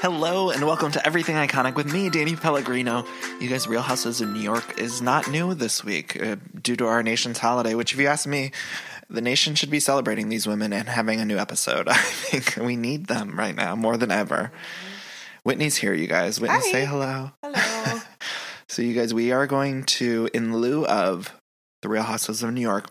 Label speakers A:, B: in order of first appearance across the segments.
A: Hello and welcome to Everything Iconic with me, Danny Pellegrino. You guys, Real Houses of New York is not new this week uh, due to our nation's holiday, which, if you ask me, the nation should be celebrating these women and having a new episode. I think we need them right now more than ever. Whitney's here, you guys. Whitney,
B: Hi.
A: say hello.
B: Hello.
A: So, you guys, we are going to, in lieu of the Real Houses of New York,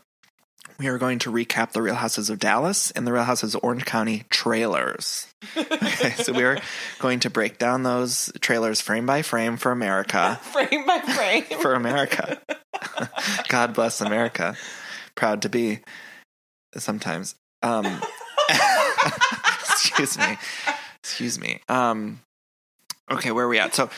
A: we are going to recap the Real Houses of Dallas and the Real Houses of Orange County trailers. okay, so we are going to break down those trailers frame by frame for America.
B: frame by frame.
A: For America. God bless America. Proud to be sometimes. Um, excuse me. Excuse me. Um, okay, where are we at? So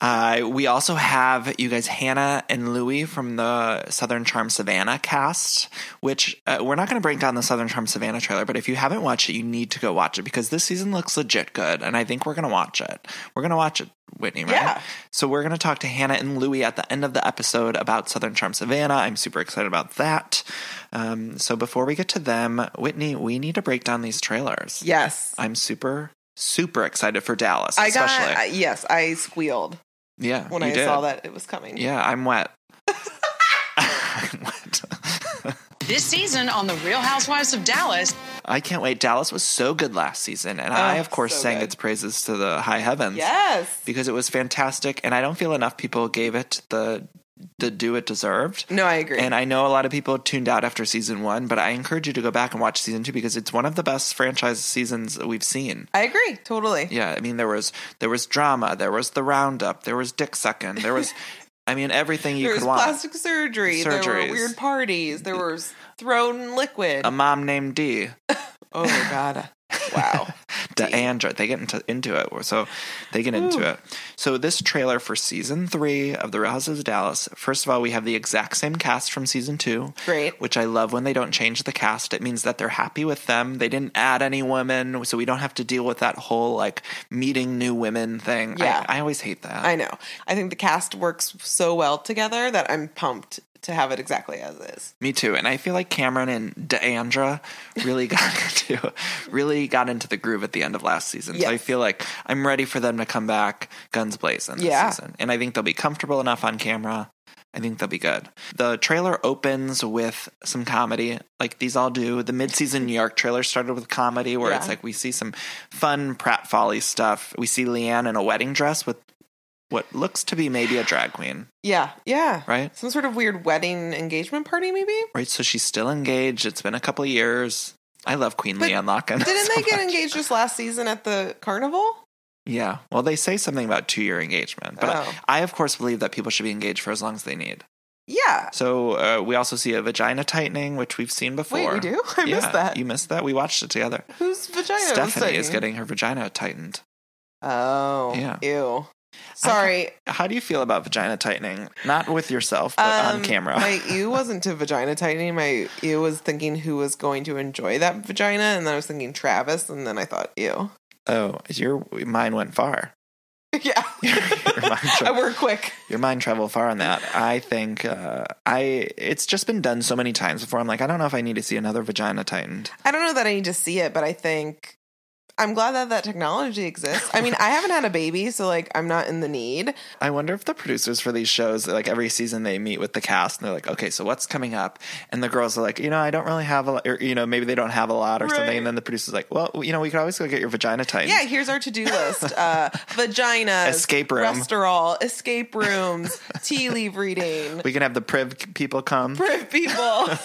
A: uh, we also have you guys, Hannah and Louie from the Southern Charm Savannah cast, which uh, we're not going to break down the Southern Charm Savannah trailer, but if you haven't watched it, you need to go watch it because this season looks legit good. And I think we're going to watch it. We're going to watch it, Whitney, right?
B: Yeah.
A: So we're going to talk to Hannah and Louie at the end of the episode about Southern Charm Savannah. I'm super excited about that. Um, so before we get to them, Whitney, we need to break down these trailers.
B: Yes.
A: I'm super, super excited for Dallas,
B: I got
A: especially.
B: I- yes, I squealed
A: yeah.
B: when
A: you
B: I
A: did.
B: saw that it was coming.
A: Yeah, I'm wet. I'm wet.
C: This season on The Real Housewives of Dallas,
A: I can't wait. Dallas was so good last season. And I,
B: Oh,
A: of course,
B: so
A: sang
B: good.
A: its praises to the high heavens.
B: Yes.
A: Because it was fantastic. And I don't feel enough people gave it the the due it deserved.
B: No, I agree.
A: And I know a lot of people tuned out after season one, but I encourage you to go back and watch season two because it's one of the best franchise seasons that we've seen.
B: I agree totally.
A: Yeah, I mean there was there was drama, there was the roundup, there was dick sucking, there was, I mean everything you
B: there was
A: could want.
B: plastic surgery. There
A: Surgeries. Um,
B: were weird parties. There was thrown liquid.
A: a mom named D.
B: oh my god! Wow.
A: the Android. They get into, into it. So they get into it. So this trailer for season three of The Real Houses of Dallas. First of all, we have the exact same cast from season two.
B: Great.
A: Which I love when they don't change the cast. It means that they're happy with them. They didn't add any women, so we don't have to deal with that whole like meeting new women thing. I-
B: Yeah.
A: I, always hate that.
B: I know. I think the cast works so well together that I'm pumped to have it exactly as is.
A: Me too. And I feel like Cameron and Deandra really got into really got into the groove at the end of last season. So I
B: Yes.
A: feel like I'm ready for them to come back guns blazing this
B: Yeah.
A: season. And I think they'll be comfortable enough on camera. I think they'll be good. The trailer opens with some comedy, like these all do. The mid-season New York trailer started with comedy, where it's
B: Yeah.
A: like we see some fun pratfally stuff. We see Leanne in a wedding dress with what looks to be maybe a drag queen,
B: Yeah. Yeah.
A: right?
B: Some sort of weird wedding engagement party, maybe.
A: Right, so she's still engaged. It's been a couple of years. I love Queen
B: But
A: Leanne Locken.
B: Didn't
A: so
B: they get
A: much.
B: engaged just last season at the carnival?
A: Yeah. Well, they say something about two year engagement, but
B: Oh.
A: I, I, of course, believe that people should be engaged for as long as they need.
B: Yeah.
A: So uh, we also see a vagina tightening, which we've seen before.
B: Wait, we do? I
A: Yeah,
B: missed that.
A: You missed that. We watched it together.
B: Whose vagina? was
A: Stephanie is
B: tightening?
A: getting her vagina tightened.
B: Oh,
A: Yeah.
B: Ew. Sorry.
A: How do you feel about vagina tightening? Not with yourself, but on
B: Um,
A: camera.
B: my ew wasn't to vagina tightening. My ew was thinking who was going to enjoy that vagina, and then I was thinking Travis, and then I thought ew.
A: oh, your mine went far.
B: yeah,
A: mind's-
B: I work quick.
A: Your mind traveled far on that. I think uh, I it's just been done so many times before. I'm like, I don't know if I need to see another vagina tightened.
B: I don't know that I need to see it, but I think I'm glad that that technology exists. I mean, I haven't had a baby, so like I'm not in the need.
A: I wonder if the producers for these shows, like every season, they meet with the cast and they're like, okay, so what's coming up? And the girls are like, you know, I don't really have a, lot, or you know, maybe they don't have a lot or something.
B: Right.
A: And then the producer's like, well, you know, we could always go get your vagina tightened.
B: Yeah, here's our to do list: uh, vaginas,
A: Escape room.
B: restaurant, escape rooms, tea leave reading.
A: we can have the priv people come.
B: Brave people.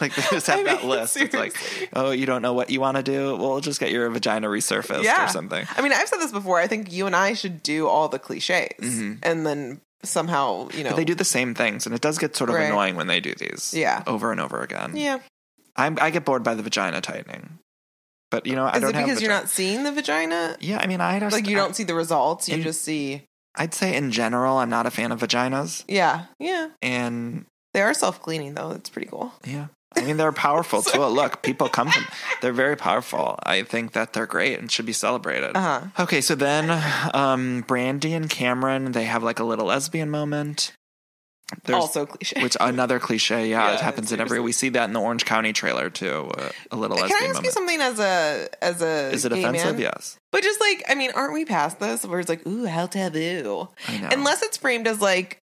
A: Like they just have
B: I
A: that
B: mean,
A: list. It's
B: seriously.
A: like, oh, you don't know what you want to do. We'll just get your vagina resurfaced or something. Mm-hmm.
B: I mean, I've said this before. I think you and I should do all the cliches and then somehow, you know.
A: But they do the same things, and it does get sort of
B: Right.
A: annoying when they do these.
B: Yeah.
A: Over and over again.
B: Yeah.
A: I'm, I get bored by the vagina tightening. But, you know, I
B: Is
A: don't
B: it
A: have
B: because you're
A: vagi-
B: not seeing the vagina?
A: Yeah, I mean, I don't.
B: Like you don't see the results, you
A: In-
B: just see.
A: I'd say in general, I'm not a fan of vaginas.
B: Yeah. Yeah.
A: And
B: They are self cleaning though. It's pretty cool.
A: yeah, I mean, they're powerful too. Look, people come from, they're very powerful. I think that they're great and should be celebrated.
B: Uh-huh.
A: Okay, so then um, Brandy and Cameron, they have like a little lesbian moment. There's-
B: also cliche.
A: Which another cliche, yeah,
B: Yeah,
A: it happens in every.
B: seriously.
A: We see that in the Orange County trailer too. Uh, a little
B: Can I
A: lesbian
B: ask
A: moment.
B: you something as a as a
A: Is it
B: gay
A: offensive?
B: man?
A: Yes,
B: But just like I mean, aren't we past this where it's like, ooh, how taboo?
A: I know.
B: Unless it's framed as like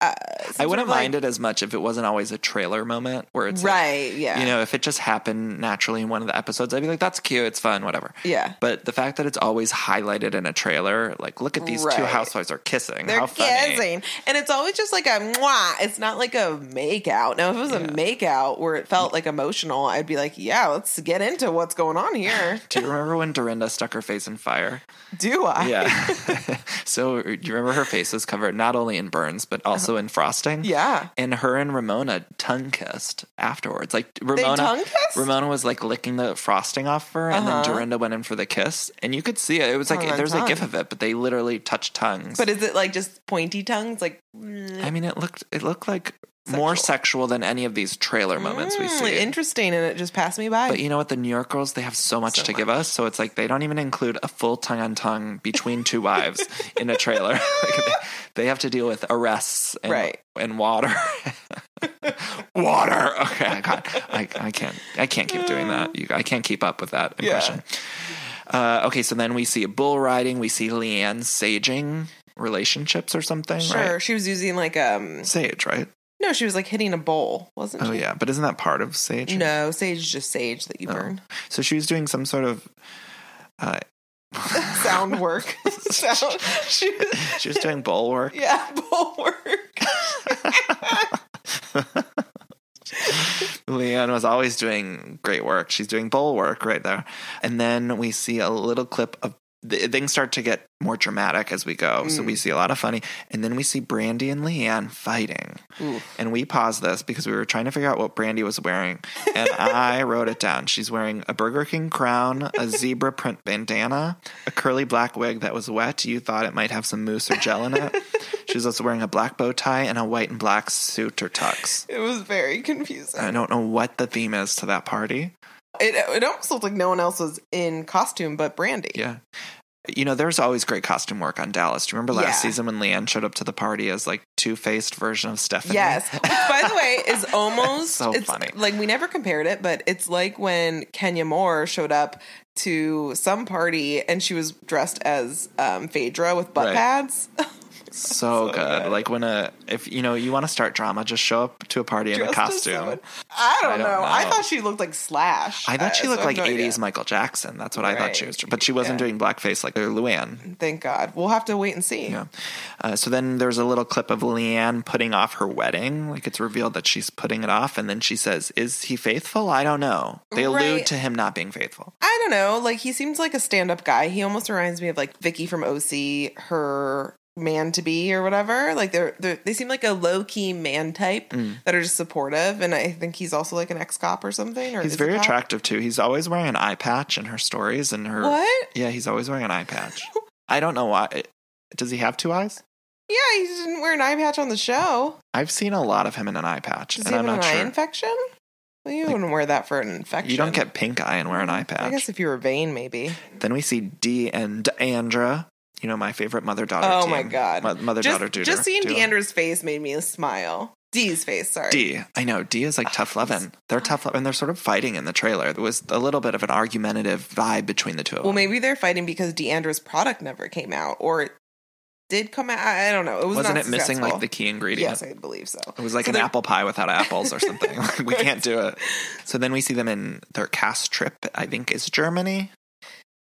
B: uh, some
A: I
B: sort
A: wouldn't
B: of, like-
A: mind it as much if it wasn't always a trailer moment where it's like,
B: Right, yeah.
A: You know, if it just happened naturally in one of the episodes, I'd be like, that's cute, it's fun, whatever.
B: Yeah.
A: But the fact that it's always highlighted in a trailer, like, look at these two
B: Right.
A: housewives are kissing.
B: They're
A: How funny.
B: kissing. And it's always just like a mwah. It's not like a make out. Now, if it was a make out where it felt like emotional, I'd be like, yeah, let's get into what's going on here.
A: Do you remember when Dorinda stuck her face in fire?
B: Do I?
A: Yeah. so uh, do you remember her face was covered not only in burns but also in frosting?
B: Yeah.
A: And her and Ramona tongue kissed afterwards. Like Ramona,
B: tongue kissed?
A: Ramona was like licking the frosting off her, and
B: Uh-huh.
A: then Dorinda went in for the kiss, and you could see it. It was like
B: Tongue on
A: there's a
B: tongue.
A: gif of it, but they literally touched tongues.
B: But is it like just pointy tongues? Like,
A: I mean, it looked it looked like more sexual than any of these trailer moments we
B: mm,
A: see.
B: interesting. And it just passed me by.
A: But you know what? The New York girls, they have so much to give us. So it's like they don't even include a full tongue on tongue between two wives in a trailer. Like, they, they have to deal with arrests and,
B: Right.
A: and water. water. Okay, I, got, I, I can't. I can't keep doing that. You, I can't keep up with that impression. Uh, okay, so then we see bull riding. We see Leanne saging relationships or something.
B: sure.
A: Right?
B: She was using like, um,
A: Sage, right?
B: no, she was like hitting a bowl, wasn't she?
A: Oh yeah, but isn't that part of sage?
B: No, sage is just sage that you
A: Oh.
B: burn.
A: So she was doing some sort of. Uh,
B: Sound work. Sound. She was,
A: she was doing bowl work.
B: yeah, bowl work.
A: Leanne was always doing great work. She's doing bowl work right there. And then we see a little clip of th- things start to get more dramatic as we go. So we see a lot of funny. And then we see Brandy and Leanne fighting. And we paused this because we were trying to figure out what Brandy was wearing. And I wrote it down. She's wearing a Burger King crown, a zebra print bandana, a curly black wig that was wet. You thought it might have some mousse or gel in it. She's also wearing a black bow tie and a white and black suit or tux.
B: It was very confusing.
A: I don't know what the theme is to that party.
B: It it almost looked like no one else was in costume but Brandy.
A: Yeah. You know, there's always great costume work on Dallas. Do you remember last
B: Yeah.
A: season when Leanne showed up to the party as like two faced version of Stephanie?
B: Yes. Which, by the way, is almost
A: So
B: it's
A: funny.
B: like we never compared it, but it's like when Kenya Moore showed up to some party and she was dressed as um, Phaedra with butt
A: Right.
B: pads.
A: So, good. Like when a if you know you want to start drama, just show up to a party in a
B: dressed as
A: costume.
B: someone. I don't,
A: I don't
B: know. I
A: know.
B: thought she looked like Slash.
A: I thought she
B: Uh,
A: looked
B: so I
A: like
B: have no
A: 80s
B: idea.
A: Michael Jackson. That's what I thought she
B: Right.
A: was, but she wasn't
B: Yeah.
A: doing blackface like Luann.
B: Thank God. We'll have to wait and see.
A: Yeah. Uh, so then there's a little clip of Leanne putting off her wedding. Like it's revealed that she's putting it off, and then she says, "Is he faithful? I don't know." They allude
B: Right.
A: to him not being faithful.
B: I don't know. Like he seems like a stand-up guy. He almost reminds me of like Vicky from OC, her man to be or whatever. Like they're, they're they seem like a low-key man type
A: Mm.
B: that are just supportive. And I think he's also like an ex-cop or something. Or
A: He's
B: is a
A: very
B: cop.
A: attractive too. He's always wearing an eye patch in her stories and her.
B: What?
A: Yeah, he's always wearing an eye patch. I don't know why. Does he have two eyes?
B: Yeah, he didn't wear an eye patch on the show.
A: I've seen a lot of him in an eye patch,
B: Does
A: and
B: he
A: I'm
B: have an
A: not
B: eye
A: sure.
B: infection? Well, you wouldn't wear that for an infection.
A: you don't get pink eye and wear an eye
B: I
A: patch.
B: guess if you were vain, maybe.
A: then we see Dee and Deandra. You know my favorite mother daughter.
B: oh my god,
A: mother daughter
B: Just, just seeing
A: duo.
B: Deandra's face made me smile. Dee's face, sorry.
A: D. I know D is
B: Oh,
A: like tough loving. They're tough loving. They're sort of fighting in the trailer. There was a little bit of an argumentative vibe between the two of them.
B: Well, maybe they're fighting because Deandra's product never came out, or it did come out. I I don't know. It was
A: Wasn't
B: not
A: it missing like
B: successful.
A: the key ingredient?
B: Yes, I believe so.
A: It was like
B: So
A: an
B: they're-
A: apple pie without apples or something. Like, we can't do it. So then we see them in their cast trip, I think is Germany.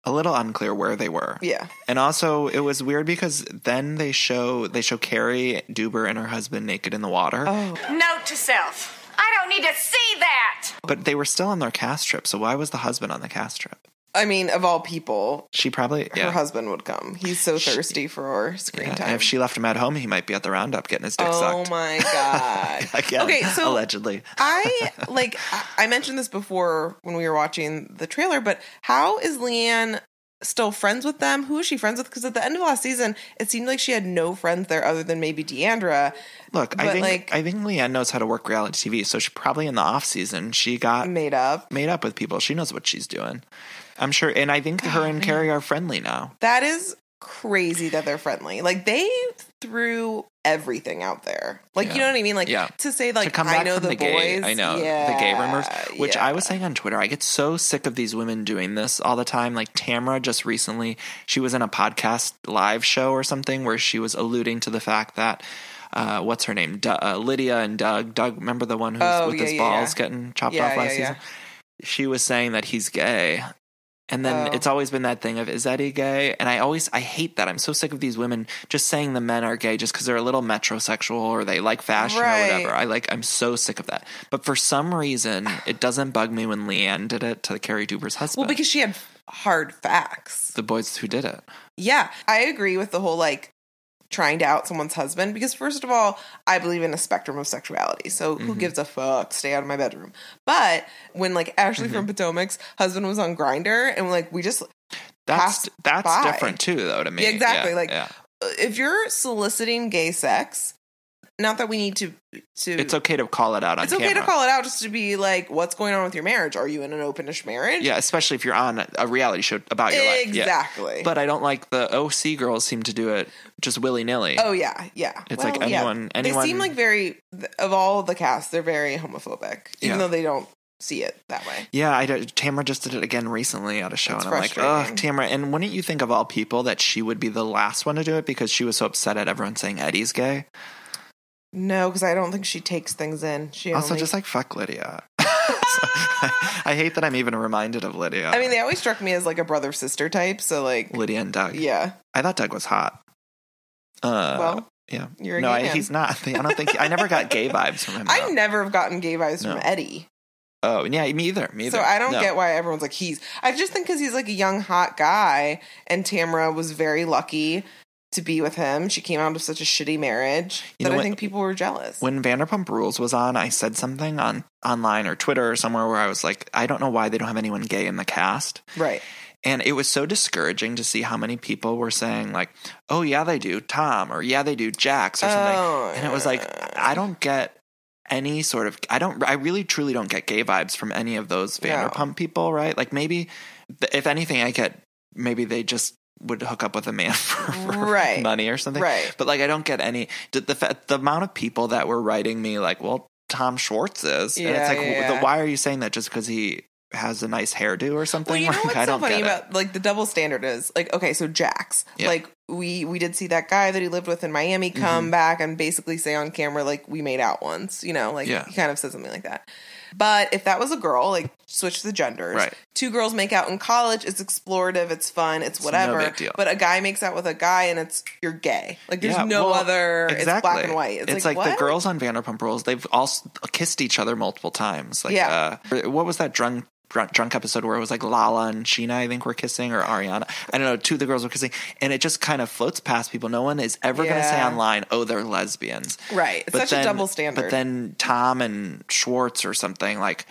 A: A little unclear where they were.
B: Yeah,
A: And also it was weird because then they show they show Carrie Duber and her husband naked in the water.
B: Oh.
D: Note to self. I don't need to see that.
A: But they were still on their cast trip, so why was the husband on the cast trip?
B: I mean, of all people,
A: She probably
B: her
A: yeah.
B: husband would come. He's so thirsty for screen
A: Yeah,
B: time.
A: and if she left him at home, he might be at the roundup getting his dick
B: oh
A: sucked.
B: my god.
A: Again,
B: okay, so
A: allegedly.
B: I like I- I mentioned this before when we were watching the trailer, but how is Leanne still friends with them? Who is she friends with? Because at the end of last season, it seemed like she had no friends there other than maybe Deandra.
A: Look, I
B: but,
A: think
B: like-
A: I think Leanne knows how to work reality TV, so she probably in the off season she got
B: Made up.
A: made up with people. She knows what she's doing. I'm sure, and I think
B: Ah,
A: her and Carrie are friendly now.
B: That is crazy that they're friendly. Like they threw everything out there. Like you
A: Yeah.
B: know what I mean? Like
A: Yeah.
B: to say like
A: to come
B: I
A: back
B: know
A: from
B: the,
A: the,
B: boys.
A: gay, I know the gay rumors, which I was saying on Twitter. I get so sick of these women doing this all the time. Like Tamara just recently, she was in a podcast live show or something where she was alluding to the fact that. Uh, what's her name? Du- uh, Lydia and Doug. Doug, remember the one who's
B: Oh,
A: with
B: yeah,
A: his
B: yeah,
A: balls
B: yeah.
A: getting chopped
B: Yeah,
A: off last
B: yeah, yeah.
A: season? She was saying that he's gay, and then
B: Oh.
A: it's always been that thing of is that he gay? And I always I hate that. I'm so sick of these women just saying the men are gay just because they're a little metrosexual or they like fashion or
B: Right.
A: whatever. I like I'm so sick of that. But for some reason, it doesn't bug me when Leanne did it to Carrie Duber's
B: well
A: husband.
B: because she had hard facts.
A: the boys who did it.
B: Yeah, I agree with the whole like trying to out someone's husband because first of all, I believe in a spectrum of sexuality. So who
A: Mm-hmm.
B: gives a fuck? Stay out of my bedroom. But when like Ashley
A: Mm-hmm.
B: from Potomac's husband was on Grinder and like we just
A: That's
B: Passed
A: that's
B: by.
A: different too, though. To me,
B: Yeah, exactly, like,
A: yeah.
B: if you're soliciting gay sex, not that we need to to
A: it's okay to call it out on.
B: it's okay to
A: camera.
B: call it out just to be like what's going on with your marriage? Are you in an openish marriage?
A: Yeah, especially if you're on a reality show about your life. Yeah.
B: Exactly.
A: But I don't like the OC girls seem to do it just willy nilly.
B: Oh yeah, yeah.
A: It's like
B: yeah.
A: anyone-
B: They seem
A: anyone-
B: like very of all the cast, they're very homophobic,
A: Yeah.
B: even though they don't see it that way.
A: Yeah, I don't, Tamara just did it again recently at a show,
B: It's
A: and I'm like,
B: frustrating.
A: oh, Tamara. And wouldn't you think of all people that she would be the last one to do it because she was so upset at everyone saying Eddie's gay?
B: No, because I don't think she takes things in. She
A: also,
B: only-
A: just like fuck Lydia. I hate that I'm even reminded of Lydia.
B: I mean, they always struck me as like a brother sister type. So like,
A: Lydia and Doug.
B: yeah,
A: I thought Doug was hot. Uh,
B: Well,
A: yeah,
B: you're a
A: no,
B: gay
A: I,
B: man.
A: he's not. I don't think I never got gay vibes from him.
B: I
A: though.
B: never have gotten gay vibes
A: No.
B: from Eddie,
A: Oh, yeah, me either. Me either.
B: so I don't
A: No.
B: get why everyone's like he's. I just think because he's like a young hot guy, and Tamara was very lucky to be with him. She came out of such a shitty marriage
A: You
B: that
A: know
B: I
A: what-
B: think people were jealous.
A: when Vanderpump Rules was on, I said something on online or Twitter or somewhere where I was like, I don't know why they don't have anyone gay in the cast.
B: right.
A: And it was so discouraging to see how many people were saying like, "Oh yeah, they do Tom," or "Yeah, they do Jax," or something.
B: Oh,
A: and it was like, I don't get any sort of. I don't. I really, truly don't get gay vibes from any of those
B: No.
A: Vanderpump people, right? Like maybe, if anything, I get maybe they just would hook up with a man for, for
B: Right.
A: money or something,
B: Right.
A: But like, I don't get any. The the, fa- the amount of people that were writing me like, well, Tom Schwartz is, and
B: Yeah,
A: it's like,
B: yeah,
A: the-
B: yeah.
A: why are you saying that just because he has a nice hairdo or something?
B: Well, you know
A: Like,
B: what's
A: I
B: so
A: don't
B: funny
A: get it.
B: about like the double standard is like okay, so Jax,
A: Yeah. Mm-hmm.
B: like we we did see that guy that he lived with in Miami come back and basically say on camera like we made out once, you know, like
A: Yeah.
B: he kind of said something like that. But if that was a girl, like switch the genders.
A: Right.
B: Two girls make out in college. It's explorative. It's fun. It's
A: no
B: whatever.
A: big deal.
B: But a guy makes out with a guy, and it's you're gay. Like there's
A: Yeah,
B: no
A: well,
B: other. It's black and white. It's, like,
A: the
B: what?
A: girls on Vanderpump Rules. They've all s- kissed each other multiple times. Like,
B: Yeah.
A: uh, what was that drunk? Drunk, drunk episode where it was like Lala and Sheena, I think were kissing, or Ariana. I don't know. Two of the girls were kissing, and it just kind of floats past people. No one is ever going to say
B: Yeah.
A: online, "Oh, they're lesbians."
B: Right. It's such a double standard.
A: But then Tom and Schwartz or something like,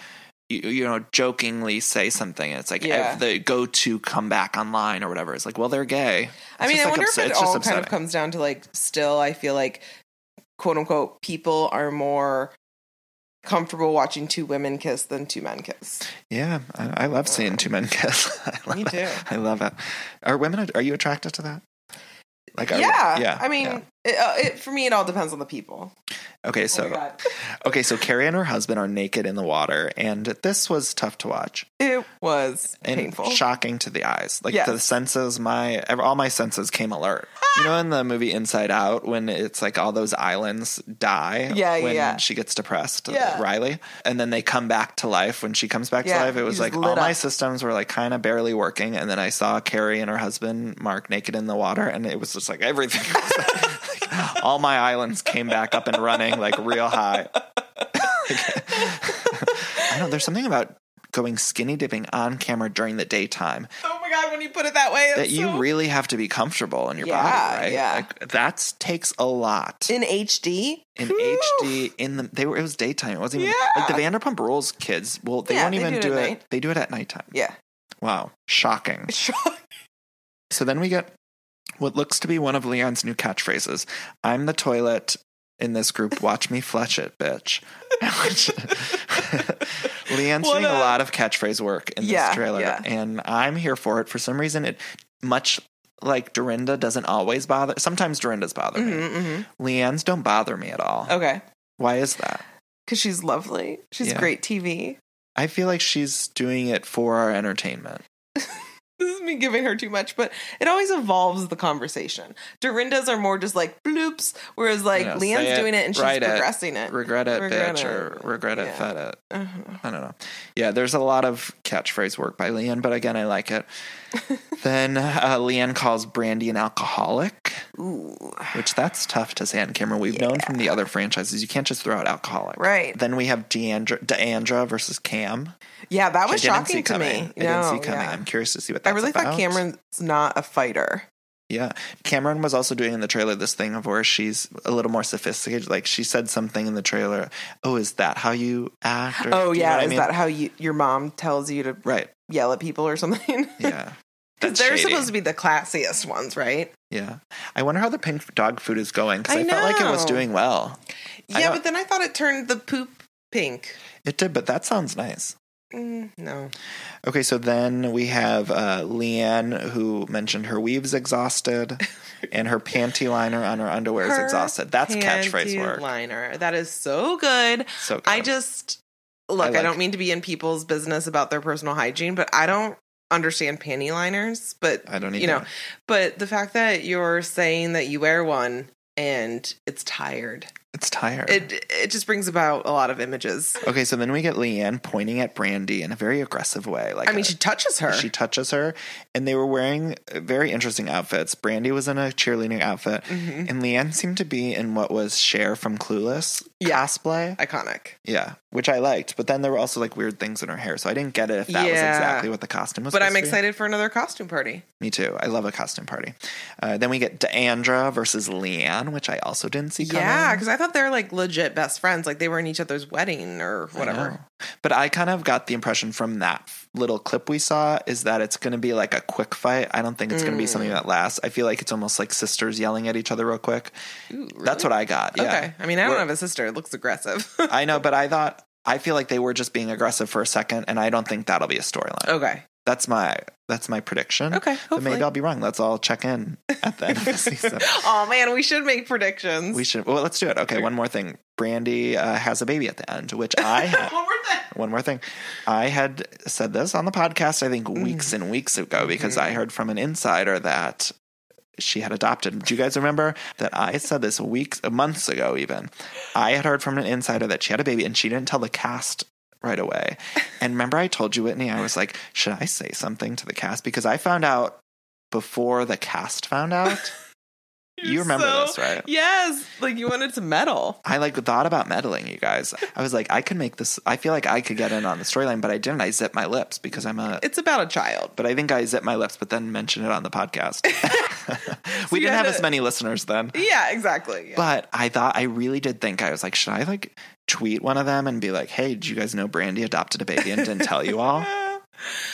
A: you, you know, jokingly say something. And it's like
B: Yeah.
A: ev- the go-to comeback online or whatever. It's like, well, they're gay.
B: I
A: It's
B: mean,
A: just,
B: I
A: like,
B: wonder
A: upset-
B: if it
A: it's just
B: all kind of
A: upsetting.
B: comes down to like, still, I feel like, quote unquote, people are more comfortable watching two women kiss than two men kiss.
A: Yeah, I, I love seeing two men kiss. I love
B: Me
A: it.
B: too.
A: I love it. Are women? Are you attracted to that? Like, are-
B: yeah, I mean,
A: yeah.
B: It, uh, it, for me, it all depends on the people. oh
A: okay, so okay, so Carrie and her husband are naked in the water, and this was tough to watch
B: it was
A: and
B: painful.
A: shocking to the eyes. Like
B: Yes. Ah!
A: the senses, my ev- all my senses came alert. you know, in the movie Inside Out, when it's like all those islands die,
B: Yeah, yeah,
A: when
B: yeah.
A: she gets depressed,
B: Yeah.
A: Riley, and then they come back to life when she comes back
B: Yeah,
A: to life. It
B: you
A: was
B: just
A: like
B: lit
A: all my
B: up.
A: systems were like kind of barely working, and then I saw Carrie and her husband Mark naked in the water, and it was just like everything. was, like, all my islands came back up and running like real high. I don't. There's something about going skinny dipping on camera during the daytime
B: Oh my god, when you put it that way,
A: that
B: it's so-
A: you really have to be comfortable in your
B: Yeah,
A: body, right?
B: yeah.
A: Like that takes a lot.
B: in HD
A: in
B: Whew.
A: HD in the they were it was daytime. It wasn't even
B: Yeah.
A: like the Vanderpump Rules kids. Well, they
B: Yeah,
A: won't
B: they
A: even
B: do it
A: do
B: at
A: it.
B: night.
A: They do it at nighttime.
B: Yeah,
A: Wow, shocking. So then we get what looks to be one of Leon's new catchphrases. I'm the toilet in this group. Watch me flush it, bitch. Leanne's
B: What
A: doing a,
B: a-
A: lot of catchphrase work in
B: Yeah,
A: this trailer,
B: yeah.
A: and I'm here for it. For some reason, it much like Dorinda doesn't always bother. Sometimes Dorinda's bother me.
B: Mhm, mhm.
A: Leanne's don't bother me at all.
B: okay,
A: Why is that?
B: because she's lovely. She's
A: Yeah.
B: great TV.
A: I feel like she's doing it for our entertainment.
B: This is me giving her too much, but it always evolves the conversation. Dorinda's are more just like bloops, whereas like
A: You know, say
B: Leanne's doing it and she's
A: write
B: progressing it.
A: Regret it,
B: Regret
A: bitch,
B: it.
A: or regret it,
B: Yeah.
A: fed it.
B: Uh-huh.
A: I don't know. Yeah, there's a lot of catchphrase work by Leanne, but again, I like it. then uh, Leanne calls Brandy an alcoholic,
B: Ooh,
A: which that's tough to say on camera. We've known from the other franchises, you can't just throw out alcoholic.
B: Right.
A: Then we have Deandra, Deandra versus Cam.
B: yeah, that was
A: Which I didn't see
B: shocking to me.
A: coming. I
B: No,
A: didn't see coming.
B: yeah.
A: I'm curious to see what
B: I
A: that's
B: really
A: about.
B: thought Cameron's not a fighter.
A: Yeah. Cameron was also doing in the trailer this thing of where she's a little more sophisticated. Like she said something in the trailer, Oh, is that how you act? Or,
B: Oh
A: do you know
B: yeah,
A: what I
B: is
A: mean?
B: that how you your mom tells you to
A: Right.
B: yell at people or something?
A: Yeah.
B: Because they're supposed to be the classiest ones, right?
A: Yeah. I wonder how the pink dog food is going because I,
B: I
A: felt like it was
B: know.
A: doing well. I
B: Yeah,
A: don't-
B: but then I thought it turned the poop pink.
A: It did, but that sounds nice.
B: Mm, no.
A: Okay, so then we have uh, Leanne, who mentioned her weave's exhausted and her panty liner on her underwear is
B: Her
A: exhausted. That's
B: panty
A: catchphrase work.
B: Liner. That is so good.
A: So good.
B: I just look,
A: I
B: I,
A: like-
B: don't mean to be in people's business about their personal hygiene, but I don't understand panty liners. But
A: I don't
B: you know,
A: either.
B: but the fact that you're saying that you wear one and it's tired.
A: It's tired.
B: It it just brings about a lot of images.
A: Okay, so then we get Leanne pointing at Brandy in a very aggressive way. Like
B: I mean,
A: a-
B: she touches her.
A: She touches her, and they were wearing very interesting outfits. Brandy was in a cheerleading outfit,
B: Mm-hmm.
A: and Leanne seemed to be in what was Cher from Clueless
B: Yeah.
A: cosplay.
B: Iconic.
A: Yeah, which I liked. But then there were also like weird things in her hair, so I didn't get it if that was
B: Yeah.
A: exactly what the costume was.
B: But I'm
A: supposed to be.
B: excited for another costume party.
A: Me too. I love a costume party. Uh, then we get Deandra versus Leanne, which I also didn't see coming.
B: Yeah, because I thought they're like legit best friends. Like they were in each other's wedding or
A: know.
B: whatever.
A: But I kind of got the impression from that little clip we saw is that it's going to be like a quick fight. I don't think it's going to be something
B: Mm.
A: that lasts. I feel like it's almost like sisters yelling at each other real quick. That's what I got. Yeah.
B: Okay. I mean, I don't
A: We're-
B: have a sister. It looks aggressive.
A: I know, but I thought I feel like they were just being aggressive for a second, and I don't think that'll be a storyline.
B: okay.
A: That's my that's my prediction.
B: Oh. Okay,
A: but maybe
B: hopefully.
A: I'll be wrong. Let's all check in at the end of the season.
B: Oh man, we should make predictions.
A: We should. Well, let's do it. Okay, one more thing. Brandy uh, has a baby at the end, which I had.
B: One more thing.
A: one more thing. I had said this on the podcast, I think weeks
B: Mm.
A: and weeks ago, because
B: Mm-hmm.
A: I heard from an insider that she had adopted. Do you guys remember that I said this weeks, uh, months ago, even? I had heard from an insider that she had a baby and she didn't tell the cast right away. And remember, I told you, Whitney, I was like, should I say something to the cast? Because I found out before the cast found out. you remember
B: So-
A: this, right?
B: Yes. Like you wanted to meddle.
A: I like thought about meddling, you guys. I was like, I could make this. I feel like I could get in on the storyline, but I didn't. I zipped my lips because I'm a.
B: It's about a child.
A: But I think I zipped my lips, but then mentioned it on the podcast. we
B: you
A: didn't
B: had
A: have
B: a-
A: as many listeners then.
B: Yeah, exactly. Yeah.
A: But I thought I really did think I was like, should I like tweet one of them and be like, hey, did you guys know Brandy adopted a baby and didn't tell you all?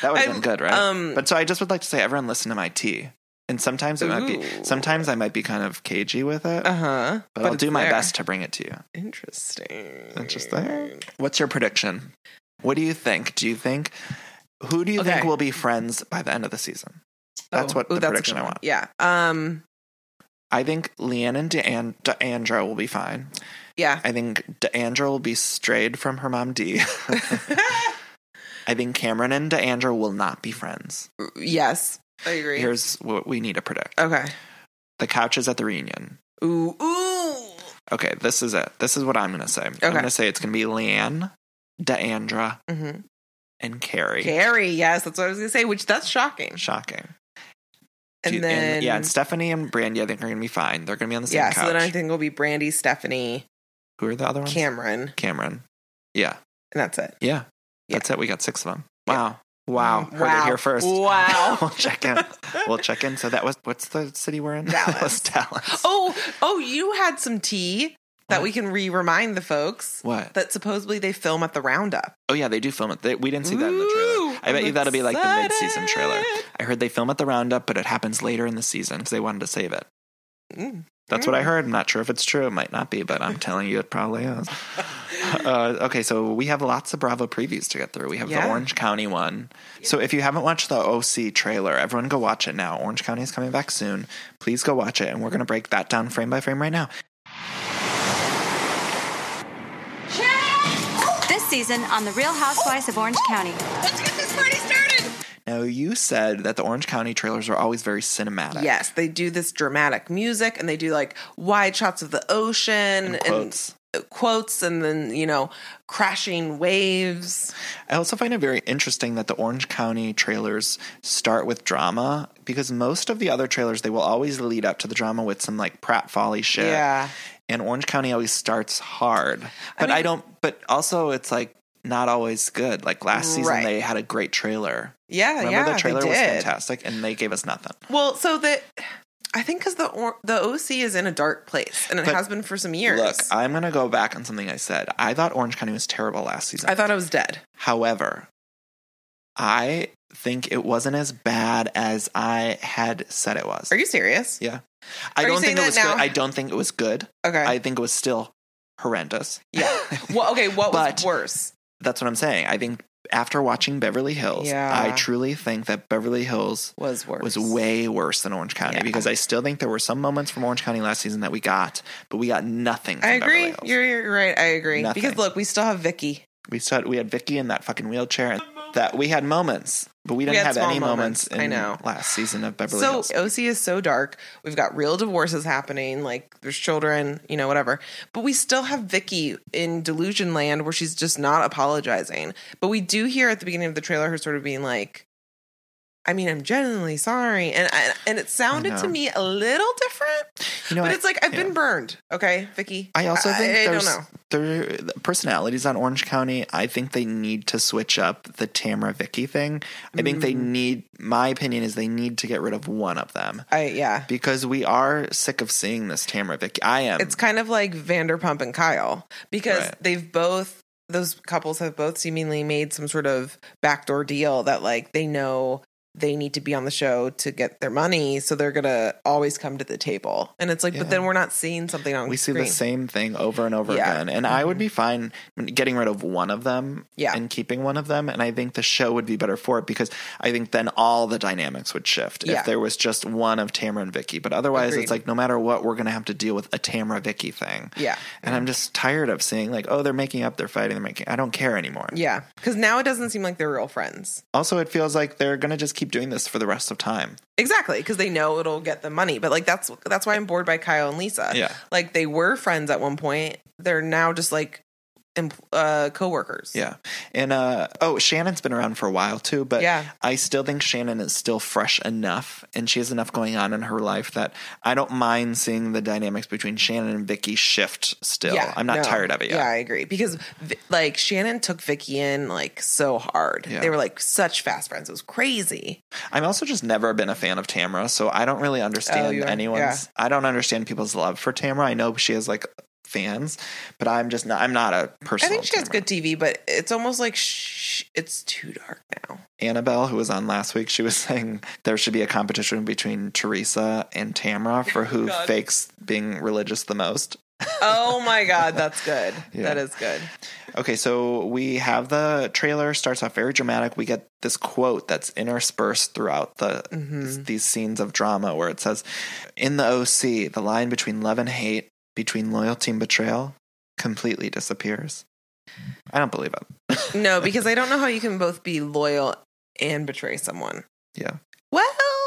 A: That would have
B: I-
A: been good, right?
B: um,
A: but so I just would like to say, everyone, listen to my tea. And sometimes it might be,
B: Ooh.
A: sometimes I might be kind of cagey with it,
B: uh huh.
A: but, I'll do my best to bring it to you.
B: Interesting.
A: Interesting. What's your prediction? What do you think? Do you think who do you think
B: Okay.
A: will be friends by the end of the season? That's
B: Oh.
A: what
B: Ooh,
A: the
B: that's a
A: prediction
B: good
A: I
B: one.
A: want.
B: Yeah. Um.
A: I think Leanne and Dean- Deandra will be fine.
B: Yeah.
A: I think Deandra will be strayed from her mom D. I think Cameron and Deandra will not be friends.
B: yes. I agree.
A: Here's what we need to predict.
B: okay.
A: The couches at the reunion.
B: Ooh. Ooh.
A: Okay, this is it. This is what I'm going to say. I'm
B: Okay.
A: going to say it's going to be Leanne, Deandra,
B: Mm-hmm.
A: and Carrie.
B: Carrie, yes, that's what I was gonna say, which that's shocking.
A: Shocking. Do-
B: And then
A: yeah, and Stephanie and Brandy, I think are gonna be fine. They're gonna be on the same
B: yeah,
A: couch.
B: so then I think it'll be Brandy, Stephanie,
A: Who are the other ones?
B: Cameron, and
A: Cameron. Yeah,
B: that's it.
A: yeah,
B: Yeah.
A: That's it. We got six of them. Wow. Wow.
B: Mm,
A: Heard it
B: wow.
A: here first.
B: Wow.
A: we'll check in. We'll check in. So that was what's the city we're in?
B: Dallas.
A: That was Dallas.
B: Oh, oh, you had some tea that we can re remind the folks
A: What?
B: that supposedly they film at the roundup.
A: Oh yeah, they do film it. They, we didn't see that in the
B: Ooh,
A: trailer. I bet
B: I'm
A: you that'll be like the mid-season trailer.
B: excited.
A: I heard they film at the roundup, but it happens later in the season because they wanted to save it.
B: Mm.
A: That's what I heard. I'm not sure if it's true. It might not be, but I'm telling you, it probably is. Uh, okay, so we have lots of Bravo previews to get through. We have
B: Yeah.
A: the Orange County one. So if you haven't watched the OC trailer, everyone go watch it now. Orange County is coming back soon. Please go watch it, and we're going to break that down frame by frame right now.
D: This season on The Real Housewives of Orange County.
C: Let's get this party started.
A: Now, you said that the Orange County trailers are always very cinematic.
B: Yes, they do this dramatic music and they do like wide shots of the ocean and
A: Quotes.
B: and quotes and then, you know, crashing waves.
A: I also find it very interesting that the Orange County trailers start with drama because most of the other trailers they will always lead up to the drama with some like pratfally shit.
B: Yeah.
A: And Orange County always starts hard. But I, don't but also it's like not always good. Like last season
B: Right.
A: they had a great trailer.
B: Yeah,
A: Remember
B: yeah.
A: the trailer
B: they
A: was
B: did.
A: fantastic and they gave us nothing.
B: Well, so the I think because the or, the OC is in a dark place, and it
A: But
B: has been for some years.
A: Look, I'm gonna go back on something I said. I thought Orange County was terrible last season.
B: I thought I was dead.
A: However, I think it wasn't as bad as I had said it was.
B: Are you serious?
A: Yeah. I
B: Are you
A: don't
B: saying
A: think it
B: that
A: was
B: now?
A: good. I don't think it was good.
B: Okay.
A: I think it was still horrendous.
B: yeah. Well, okay. What
A: But-
B: was worse?
A: That's what I'm saying. I think after watching Beverly Hills,
B: Yeah.
A: I truly think that Beverly Hills
B: Was worse.
A: was way worse than Orange County
B: Yeah.
A: because I still think there were some moments from Orange County last season that we got, but we got nothing from
B: I
A: Beverly
B: agree.
A: Hills.
B: You're, you're right. I agree.
A: Nothing.
B: Because look, we still have Vicky.
A: we still had, we had Vicky in that fucking wheelchair and that we had moments, but we didn't
B: had
A: have
B: small
A: any moments,
B: moments. I
A: in
B: know.
A: last season of Beverly
B: so
A: Hills.
B: OC is so dark. We've got real divorces happening. Like there's children. You know, whatever. But we still have Vicky in Delusion Land, where she's just not apologizing. But we do hear at the beginning of the trailer her sort of being like. I mean, I'm genuinely sorry, and I, and it sounded to
A: know.
B: me a little different.
A: You know,
B: but
A: I-
B: it's like I've
A: yeah.
B: been burned. Okay, Vicky.
A: I also think
B: I,
A: there's
B: don't know.
A: there the personalities on Orange County. I think they need to switch up the Tamra Vicky thing. I think they
B: Mm.
A: need. My opinion is they need to get rid of one of them
B: I yeah.
A: because we are sick of seeing this Tamra Vicky. I am.
B: It's kind of like Vanderpump and Kyle because
A: Um, Right.
B: they've both those couples have both seemingly made some sort of backdoor deal that like they know they need to be on the show to get their money, so they're gonna always come to the table. And it's like, but
A: Yeah.
B: then we're not seeing something on.
A: we see the
B: screen.
A: same thing over and over
B: Yeah.
A: again, and I would be fine getting rid of one of them,
B: Yeah.
A: and keeping one of them. And I think the show would be better for it because I think then all the dynamics would shift
B: Yeah.
A: if there was just one of Tamra and Vicky. But otherwise,
B: Agreed.
A: it's like no matter what, we're going to have to deal with a Tamra Vicky thing.
B: Yeah.
A: And I'm just tired of seeing like, oh, they're making up, they're fighting, they're making. I don't care anymore.
B: Yeah, because now it doesn't seem like they're real friends.
A: Also, it feels like they're going to just keep doing this for the rest of time.
B: Exactly, because they know it'll get them money. But like that's that's why I'm bored by Kyle and Lisa.
A: Yeah.
B: like they were friends at one point. They're now just like empl- uh, coworkers.
A: Yeah. And uh oh, Shannon's been around for a while too, but
B: Yeah.
A: I still think Shannon is still fresh enough and she has enough going on in her life that I don't mind seeing the dynamics between Shannon and Vicky shift still. I'm not
B: no.
A: tired of it yet.
B: Yeah, I agree because Vi- like Shannon took Vicky in like so hard.
A: Yeah.
B: They were like such fast friends. It was crazy.
A: I'm also just never been a fan of Tamra, so I don't really
B: Oh,
A: understand
B: you are-
A: anyone's I don't understand people's love for Tamra. I know she has like fans, but I'm just not I'm not a person.
B: I think she has good TV, but it's almost like sh- it's too dark now.
A: Annabelle, who was on last week, she was saying there should be a competition between Teresa and Tamra for who fakes being religious the most.
B: Oh my god, that's good. That is good.
A: Okay, so we have the trailer starts off very dramatic. We get this quote that's interspersed throughout the these scenes of drama where it says, "In the OC, the line between love and hate, between loyalty and betrayal, completely disappears." I don't believe it.
B: No, because I don't know how you can both be loyal and betray someone.
A: Yeah.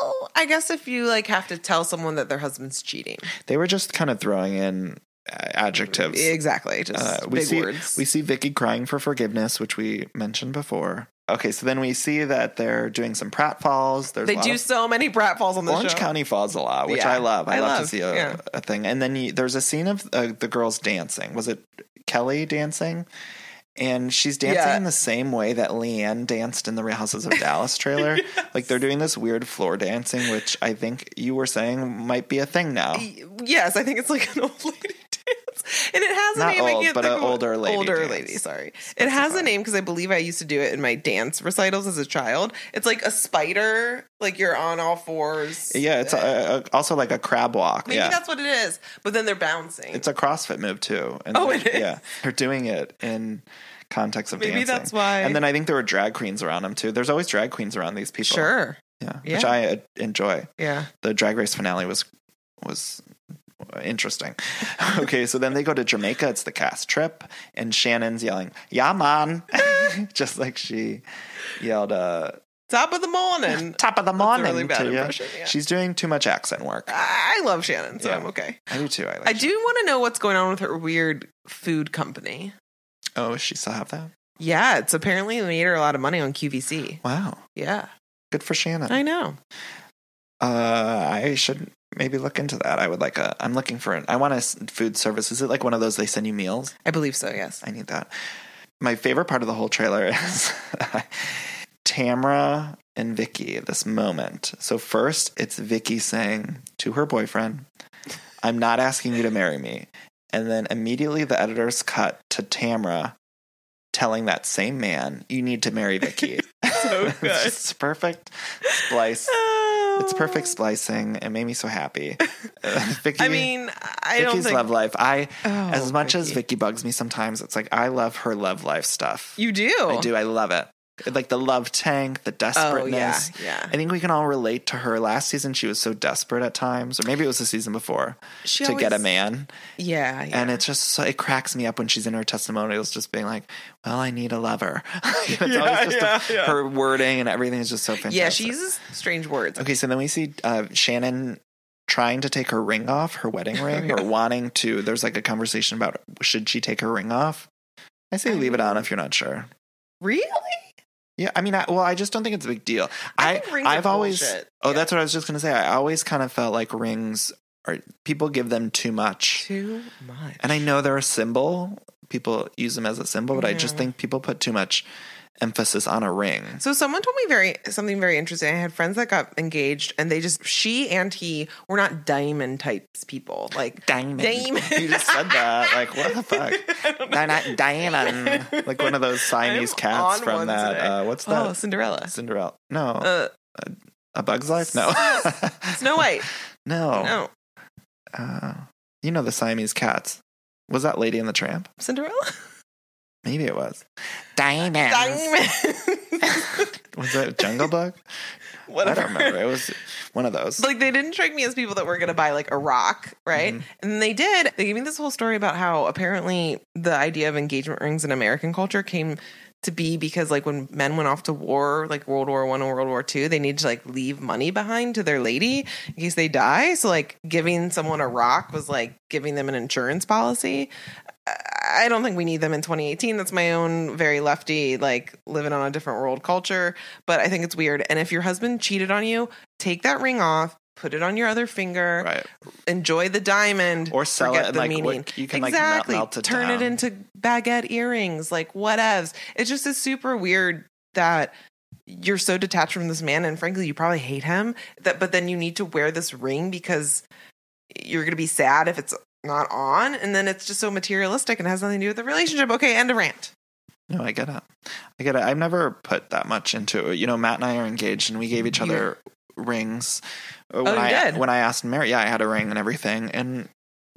B: Well, I guess if you like have to tell someone that their husband's cheating.
A: They were just kind of throwing in uh, adjectives.
B: Exactly. Just
A: Uh, we
B: big
A: see
B: words.
A: we see Vicky crying for forgiveness, which we mentioned before. Okay, so then we see that they're doing some pratfalls. There's
B: they
A: a lot
B: do
A: of-
B: so many brat falls on the
A: Orange
B: show.
A: County falls a lot, which
B: Yeah,
A: I love. I,
B: I
A: love, to
B: love,
A: see a,
B: yeah.
A: a thing. And then you, there's a scene of uh, the girls dancing. Was it Kelly dancing? And she's dancing
B: Yeah.
A: in the same way that Leanne danced in the Real Houses of Dallas trailer. Like they're doing this weird floor dancing, which I think you were saying might be a thing now.
B: Yes, I think it's like an old lady dance, and it has a
A: Not
B: name. I
A: old,
B: can't
A: but
B: think
A: a
B: of what-
A: older lady
B: Older
A: dance.
B: lady. Sorry, it has a name because I believe I used to do it in my dance recitals as a child. It's like a spider, like you're on all fours.
A: Yeah, it's uh uh also like a crab walk.
B: maybe
A: yeah.
B: that's what it is. But then they're bouncing.
A: it's a CrossFit move too. And
B: Oh, it is?
A: Yeah, they're doing it in context of
B: Maybe
A: dancing.
B: that's why-
A: And then I think there were drag queens around them too. There's always drag queens around these people.
B: sure.
A: yeah, which
B: Yeah.
A: I uh, enjoy.
B: Yeah.
A: The Drag Race finale was was interesting. okay, so then they go to Jamaica. It's the cast trip, and Shannon's yelling, "Yeah, man!" just like she yelled, uh,
B: Top of the morning.
A: "Top of the
B: That's a
A: morning!"
B: really bad
A: to you.
B: impression, yeah.
A: She's doing too much accent work.
B: I I love Shannon, so
A: Yeah.
B: I'm okay.
A: I do too. I, like
B: I do want to know what's going on with her weird food company.
A: Oh, she still have that?
B: Yeah, it's apparently made her a lot of money on QVC.
A: Wow,
B: Yeah,
A: good for Shannon.
B: I know.
A: Uh, I should maybe look into that. I would like a. I'm looking for an. I want a s- food service. Is it like one of those they send you meals?
B: I believe so. Yes.
A: I need that. My favorite part of the whole trailer is Tamra and Vicky. This moment. So first, it's Vicky saying to her boyfriend, "I'm not asking you to marry me," and then immediately the editors cut to Tamra telling that same man, "You need to marry Vicky."
B: So
A: it's
B: good.
A: just perfect splice. It's perfect splicing. It made me so happy. Uh, Vicky,
B: I mean, I
A: Vicky's
B: don't think
A: love life. I,
B: Oh,
A: as much as
B: Vicky.
A: Vicky bugs me sometimes, it's like I love her love life stuff.
B: you do.
A: I do. I love it. Like the love tank, the
B: Oh yeah,
A: desperateness.
B: yeah.
A: I think we can all relate to her. Last season, she was so desperate at times, or maybe it was the season before,
B: She
A: to get a
B: always-
A: man.
B: Yeah, yeah.
A: And it's just so, it cracks me up when she's in her testimonials, just being like, "Well, I need a lover." it's
B: Yeah,
A: always just a-
B: yeah, yeah.
A: her wording and everything is just so fantastic.
B: yeah, she uses strange words.
A: Okay, so then we see uh, Shannon trying to take her ring off, her wedding ring, or wanting to. There's like a conversation about should she take her ring off. I say leave it on if you're not sure.
B: Really?
A: Yeah, I mean, I, well, I just don't think it's a big deal.
B: I
A: I,
B: think rings are
A: I've always,
B: bullshit.
A: oh,
B: Yeah.
A: that's what I was just gonna say. I always kind of felt like rings are people give them too much,
B: Too much.
A: and I know they're a symbol. People use them as a symbol, but I
B: Mm-hmm.
A: just think people put too much emphasis on a ring.
B: So someone told me very something very interesting. I had friends that got engaged, and they just she and he were not diamond types people. Like
A: diamond.
B: diamond.
A: You just said that. Like, what the fuck? They're not diamond. Like one of those Siamese
B: I'm
A: cats
B: on
A: from
B: one
A: that.
B: today.
A: Uh, what's that?
B: oh, Cinderella,
A: Cinderella. No.
B: uh,
A: a Bug's Life? No.
B: Snow White.
A: No.
B: No,
A: Uh, you know the Siamese cats. Was that Lady and the Tramp?
B: Cinderella.
A: Maybe it was. Diamond.
B: Diamond.
A: Was that Jungle Book? I
B: Whatever.
A: don't remember. It was one of those.
B: like they didn't strike me as people that were going to buy like a rock, right? And they did. They gave me this whole story about how apparently the idea of engagement rings in American culture came to be because like when men went off to war, like World War One and World War Two, they needed to like leave money behind to their lady in case they die. So like giving someone a rock was like giving them an insurance policy. I don't think we need them in 2018. That's my own very lefty, like living on a different world culture. But I think it's weird. And if your husband cheated on you, take that ring off, put it on your other finger,
A: right.
B: enjoy the diamond,
A: Or sell
B: forget
A: it and,
B: the
A: like,
B: meaning.
A: what- you can, like, mel-
B: exactly
A: melt it
B: turn
A: down.
B: it into baguette earrings, like whatevs. It just is super weird that you're so detached from this man, and frankly, you probably hate him. That, but then you need to wear this ring because you're gonna be sad if it's not on, and then it's just so materialistic and has nothing to do with the relationship. Okay, end of rant.
A: No, I get it. I get it. I've never put that much into it. You know, Matt and I are engaged, and we gave each other rings. Uh, When
B: you
A: I
B: did?
A: when I asked Mary, yeah, I had a ring and everything, and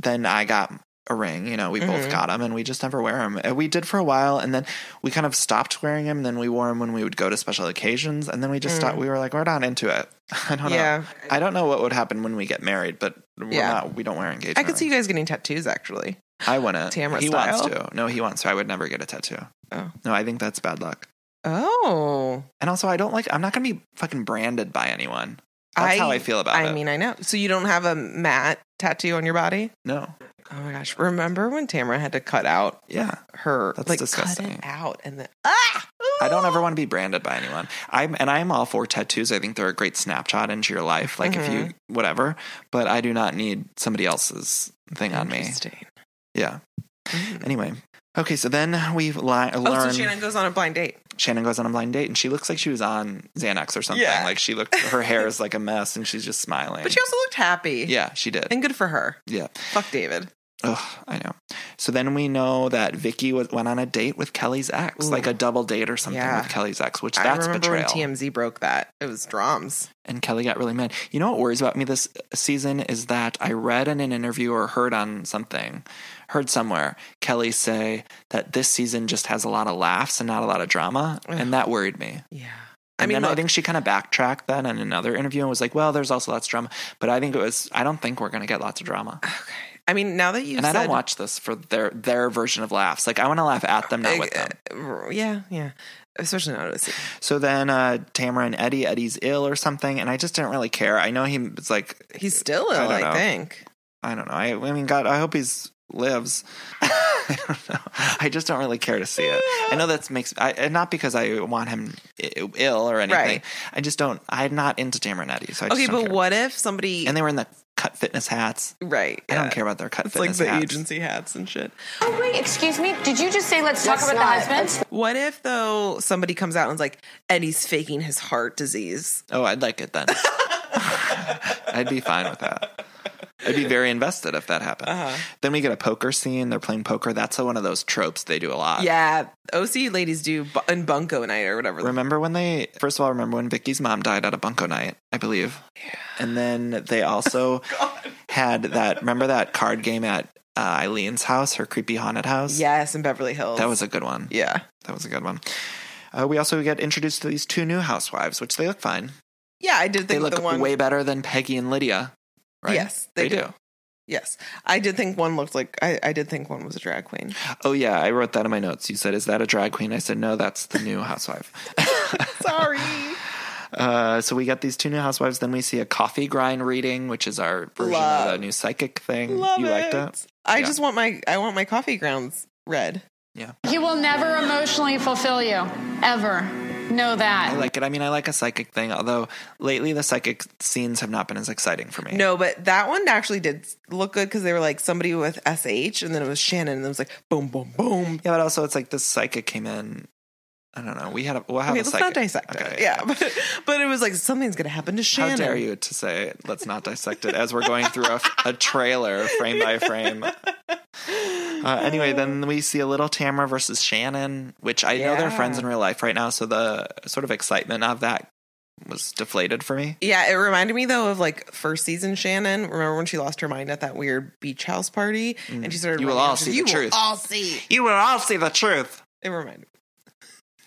A: then I got a ring. You know, we
B: Mm-hmm.
A: both got them, and we just never wear them. We did for a while, and then we kind of stopped wearing them. Then we wore them when we would go to special occasions, and then we just stopped. We were like, we're not into it. I don't
B: Mm. Yeah.
A: know. I don't know what would happen when we get married, but we're
B: Yeah.
A: not. We don't wear engagement.
B: I could see you
A: rings.
B: guys getting tattoos actually.
A: I wouldn't.
B: Tamara
A: he
B: style.
A: wants to. No, he wants to. I would never get a tattoo.
B: Oh.
A: No, I think that's bad luck.
B: Oh.
A: And also, I don't like. I'm not going to be fucking branded by anyone. That's how I feel about
B: I
A: it.
B: mean, I know. So you don't have a matte tattoo on your body?
A: no,
B: Oh my gosh. Remember when Tamara had to cut out
A: yeah,
B: her
A: That's
B: like cut
A: disgusting.
B: it out and then ah
A: I don't ever want to be branded by anyone. I'm and I'm all for tattoos. I think they're a great snapshot into your life, like if you
B: Mm-hmm.
A: whatever. But I do not need somebody else's thing on me.
B: Interesting.
A: Yeah. Anyway, Okay, so then we've li- learned
B: Mm. Oh, so Shannon goes on a blind date.
A: Shannon goes on a blind date and she looks like she was on Xanax or something.
B: Yeah.
A: Like she looked, her hair is like a mess and she's just smiling.
B: But she also looked happy.
A: yeah, she did.
B: And good for her.
A: yeah.
B: Fuck David.
A: Ugh, I know. So then we know that Vicky was, went on a date with Kelly's ex, like a double date or something
B: Yeah.
A: with Kelly's ex, which
B: I
A: that's
B: remember
A: betrayal.
B: when TMZ broke that. It was drums.
A: and Kelly got really mad. You know what worries about me this season is that I read in an interview or heard on something, heard somewhere, Kelly say that this season just has a lot of laughs and not a lot of drama, and that worried me.
B: Yeah.
A: And
B: I mean,
A: then I
B: look,
A: think she kind of backtracked then in another interview and was like, "Well, there's also lots of drama, but I think it was. I don't think we're going to get lots of drama."
B: I mean, now that you
A: and
B: said,
A: I don't watch this for their their version of laughs. Like I want to laugh at them, not with them.
B: uh, yeah, yeah, especially now that it's-
A: So then uh, Tamara and Eddie, Eddie's ill or something, and I just didn't really care. I know he was like
B: he's still
A: I
B: ill.
A: don't
B: I,
A: know.
B: think.
A: I don't know. I, I mean, God, I hope he's lives. I don't know. I just don't really care to see it. I know that makes I, and not because I want him i- ill or anything.
B: Right.
A: I just don't. I'm not into Tamara and Eddie, so I just
B: okay,
A: don't
B: but
A: care.
B: what if somebody?
A: And they were in the cut fitness hats.
B: right.
A: I
B: yeah.
A: don't care about their cut
B: It's like
A: fitness
B: the
A: hats.
B: agency hats and shit.
E: Oh, wait, excuse me. Did you just say let's talk about the husband?
B: What if though somebody comes out and is like Eddie's faking his heart disease?
A: Oh, I'd like it then. I'd be fine with that. I'd be very invested if that happened.
B: Uh-huh.
A: Then we get a poker scene. They're playing poker. That's one of those tropes they do a lot.
B: yeah, OC Uh, ladies do bu- and bunko night or whatever.
A: Remember when they first of all remember when Vicky's mom died at a bunko night, I believe. And then they also
B: Oh,
A: had that remember that card game at uh, Eileen's house, her creepy haunted house?
B: yes, in Beverly Hills.
A: That was a good one.
B: yeah,
A: That was a good one. Uh, we also get introduced to these two new housewives, which they look fine.
B: yeah. I did think
A: They look
B: the one
A: way better than Peggy and Lydia. Right?
B: Yes, they do. Yes, I did think one looked like I, I did think one was a drag queen.
A: Oh yeah, I wrote that in my notes. You said, "Is that a drag queen?" I said, "No, that's the new housewife."
B: Sorry.
A: Uh, so we got these two new housewives. Then we see a coffee grind reading, which is our version of
B: Love.
A: the new psychic thing.
B: Love
A: you
B: it.
A: liked it?
B: I
A: Yeah.
B: just want my I want my coffee grounds red.
E: He will never emotionally fulfill you. Ever. Know that.
A: I like it. I mean, I like a psychic thing, although lately the psychic scenes have not been as exciting for me.
B: No, but that one actually did look good because they were like somebody with SH and then it was Shannon and it was like boom boom boom.
A: Yeah, but also it's like this psychic came in. I don't know. We had a we'll have
B: Okay,
A: a
B: let's
A: psychic.
B: not dissect it.
A: Okay,
B: Yeah, but, but it was like something's gonna happen to
A: How
B: Shannon.
A: dare you to say let's not dissect it as we're going through a, a trailer frame by frame. Uh, anyway, then we see a little Tamara versus Shannon, which I know they're
B: Yeah.
A: friends in real life right now, so the sort of excitement of that was deflated for me.
B: Yeah, it reminded me though of like first season Shannon. Remember when she lost her mind at that weird beach house party and she started.
A: Mm. You will
B: running
A: all
B: out, she's
A: see
B: like,
A: the
B: you
A: truth."
B: Will all see.
A: You will all see the truth.
B: It reminded me.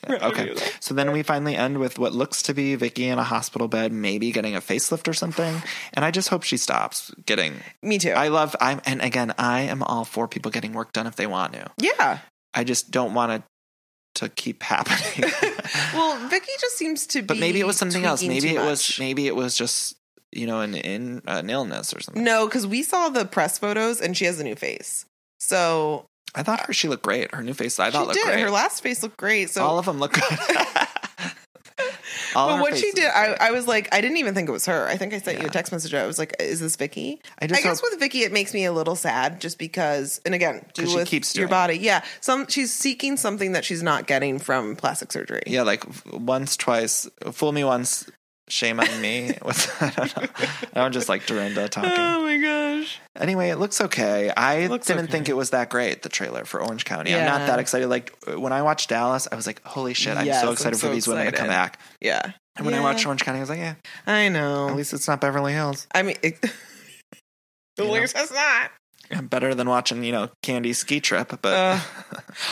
A: Okay. So then we finally end with what looks to be Vicky in a hospital bed, maybe getting a facelift or something. And I just hope she stops getting
B: Me too.
A: I love I'm and again, I am all for people getting work done if they want to.
B: yeah.
A: I just don't want it to keep happening.
B: Well, Vicky just seems to be.
A: but maybe it was something else.
B: tweaking
A: Maybe
B: too
A: it
B: much.
A: was maybe it was just you know an in an illness or something.
B: No, because we saw the press photos and she has a new face. So
A: I thought her she looked great. Her new face I thought
B: she
A: looked
B: did.
A: great.
B: Her last face looked great. So,
A: All of them look good. All of
B: but
A: her
B: what she
A: faces
B: did,
A: look
B: I,
A: great.
B: I was like, I didn't even think it was her. I think I sent you a
A: Yeah.
B: text message. I was like, is this Vicky?
A: I
B: I,
A: just
B: guess
A: hope-
B: with Vicky, it makes me a little sad just because. And again, do
A: 'Cause she
B: with
A: keeps
B: your
A: doing it.
B: body. Yeah, some she's seeking something that she's not getting from plastic surgery.
A: yeah, like once, twice, fool me once, shame on me. What's I don't know. I'm just like Dorinda talking.
B: Oh my gosh.
A: Anyway, it looks okay. I
B: Looks
A: didn't
B: okay.
A: think it was that great. The trailer for Orange County. I'm not
B: Yeah.
A: that excited. Like when I watched Dallas, I was like, holy shit! I'm
B: Yes,
A: so
B: I'm
A: excited
B: so
A: for these women to come
B: excited.
A: back.
B: Yeah.
A: And when I
B: Yeah.
A: watched Orange County, I was like, yeah,
B: I
A: at
B: know.
A: least it's not Beverly Hills.
B: I mean, it, the least it's not.
A: Better than watching, you know, Candy Ski Trip, but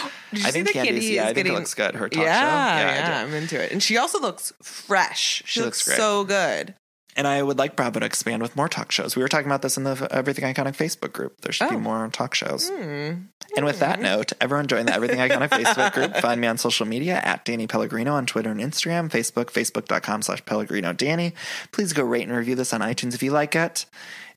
B: Uh, Did you
A: I
B: see
A: think
B: that
A: Candy's,
B: Kitty
A: yeah, I
B: is
A: think
B: getting-
A: it looks good. Her talk
B: yeah,
A: show. I do.
B: Yeah, I'm into it. And she also looks fresh.
A: She
B: She,
A: looks
B: looks,
A: great.
B: so good.
A: And I would like Bravo to expand with more talk shows. We were talking about this in the Everything Iconic Facebook group. There should be
B: Oh.
A: more talk shows. And with that note, everyone join the Everything Iconic Facebook group. Find me on social media at Danny Pellegrino on Twitter and Instagram, Facebook, facebook.com slash Pellegrino Danny. Please go rate and review this on iTunes if you like it.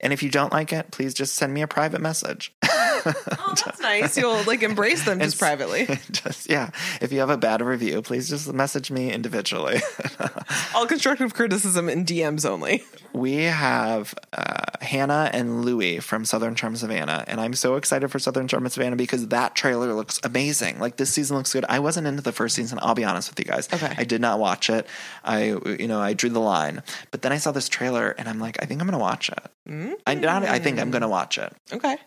A: And if you don't like it, please just send me a private message.
B: Oh, that's nice. You'll like embrace them just
A: It's-
B: privately.
A: just, yeah. If you have a bad review, please just message me individually.
B: All constructive criticism in DMs only.
A: we have uh,
F: Hannah and Louie from Southern Charm Savannah, and I'm so excited for Southern Charm Savannah because that trailer looks amazing. Like this season looks good. I wasn't into the first season. I'll be honest with you guys.
B: Okay.
F: I did not watch it. I you know I drew the line, but then I saw this trailer and I'm like, I think I'm gonna watch it. I not, I think I'm gonna watch it.
B: Okay.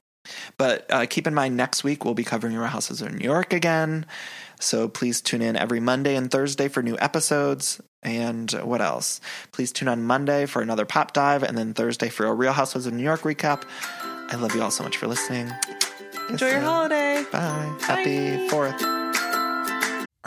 F: But uh, keep in mind, next week we'll be covering Real Houses of New York again. So please tune in every Monday and Thursday for new episodes. And uh, what else? Please tune on Monday for another pop dive, and then Thursday for a Real Houses of New York recap. I love you all so much for listening.
B: Enjoy your holiday.
F: Bye. Happy Fourth.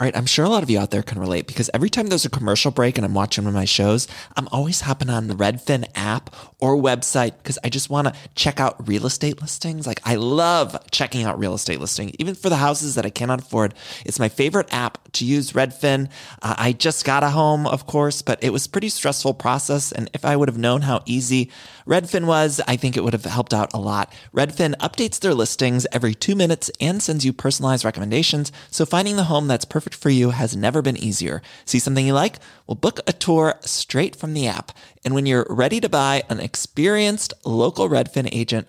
A: All right, I'm sure a lot of you out there can relate because every time there's a commercial break and I'm watching one of my shows, I'm always hopping on the Redfin app or website because I just want to check out real estate listings. Like I love checking out real estate listings, even for the houses that I cannot afford. It's my favorite app to use, Redfin. Uh, I just got a home, of course, but it was a pretty stressful process. And if I would have known how easy Redfin was, I think it would have helped out a lot. Redfin updates their listings every two minutes and sends you personalized recommendations. So finding the home that's perfect for you has never been easier. See something you like? Well, book a tour straight from the app. And when you're ready to buy, an experienced local Redfin agent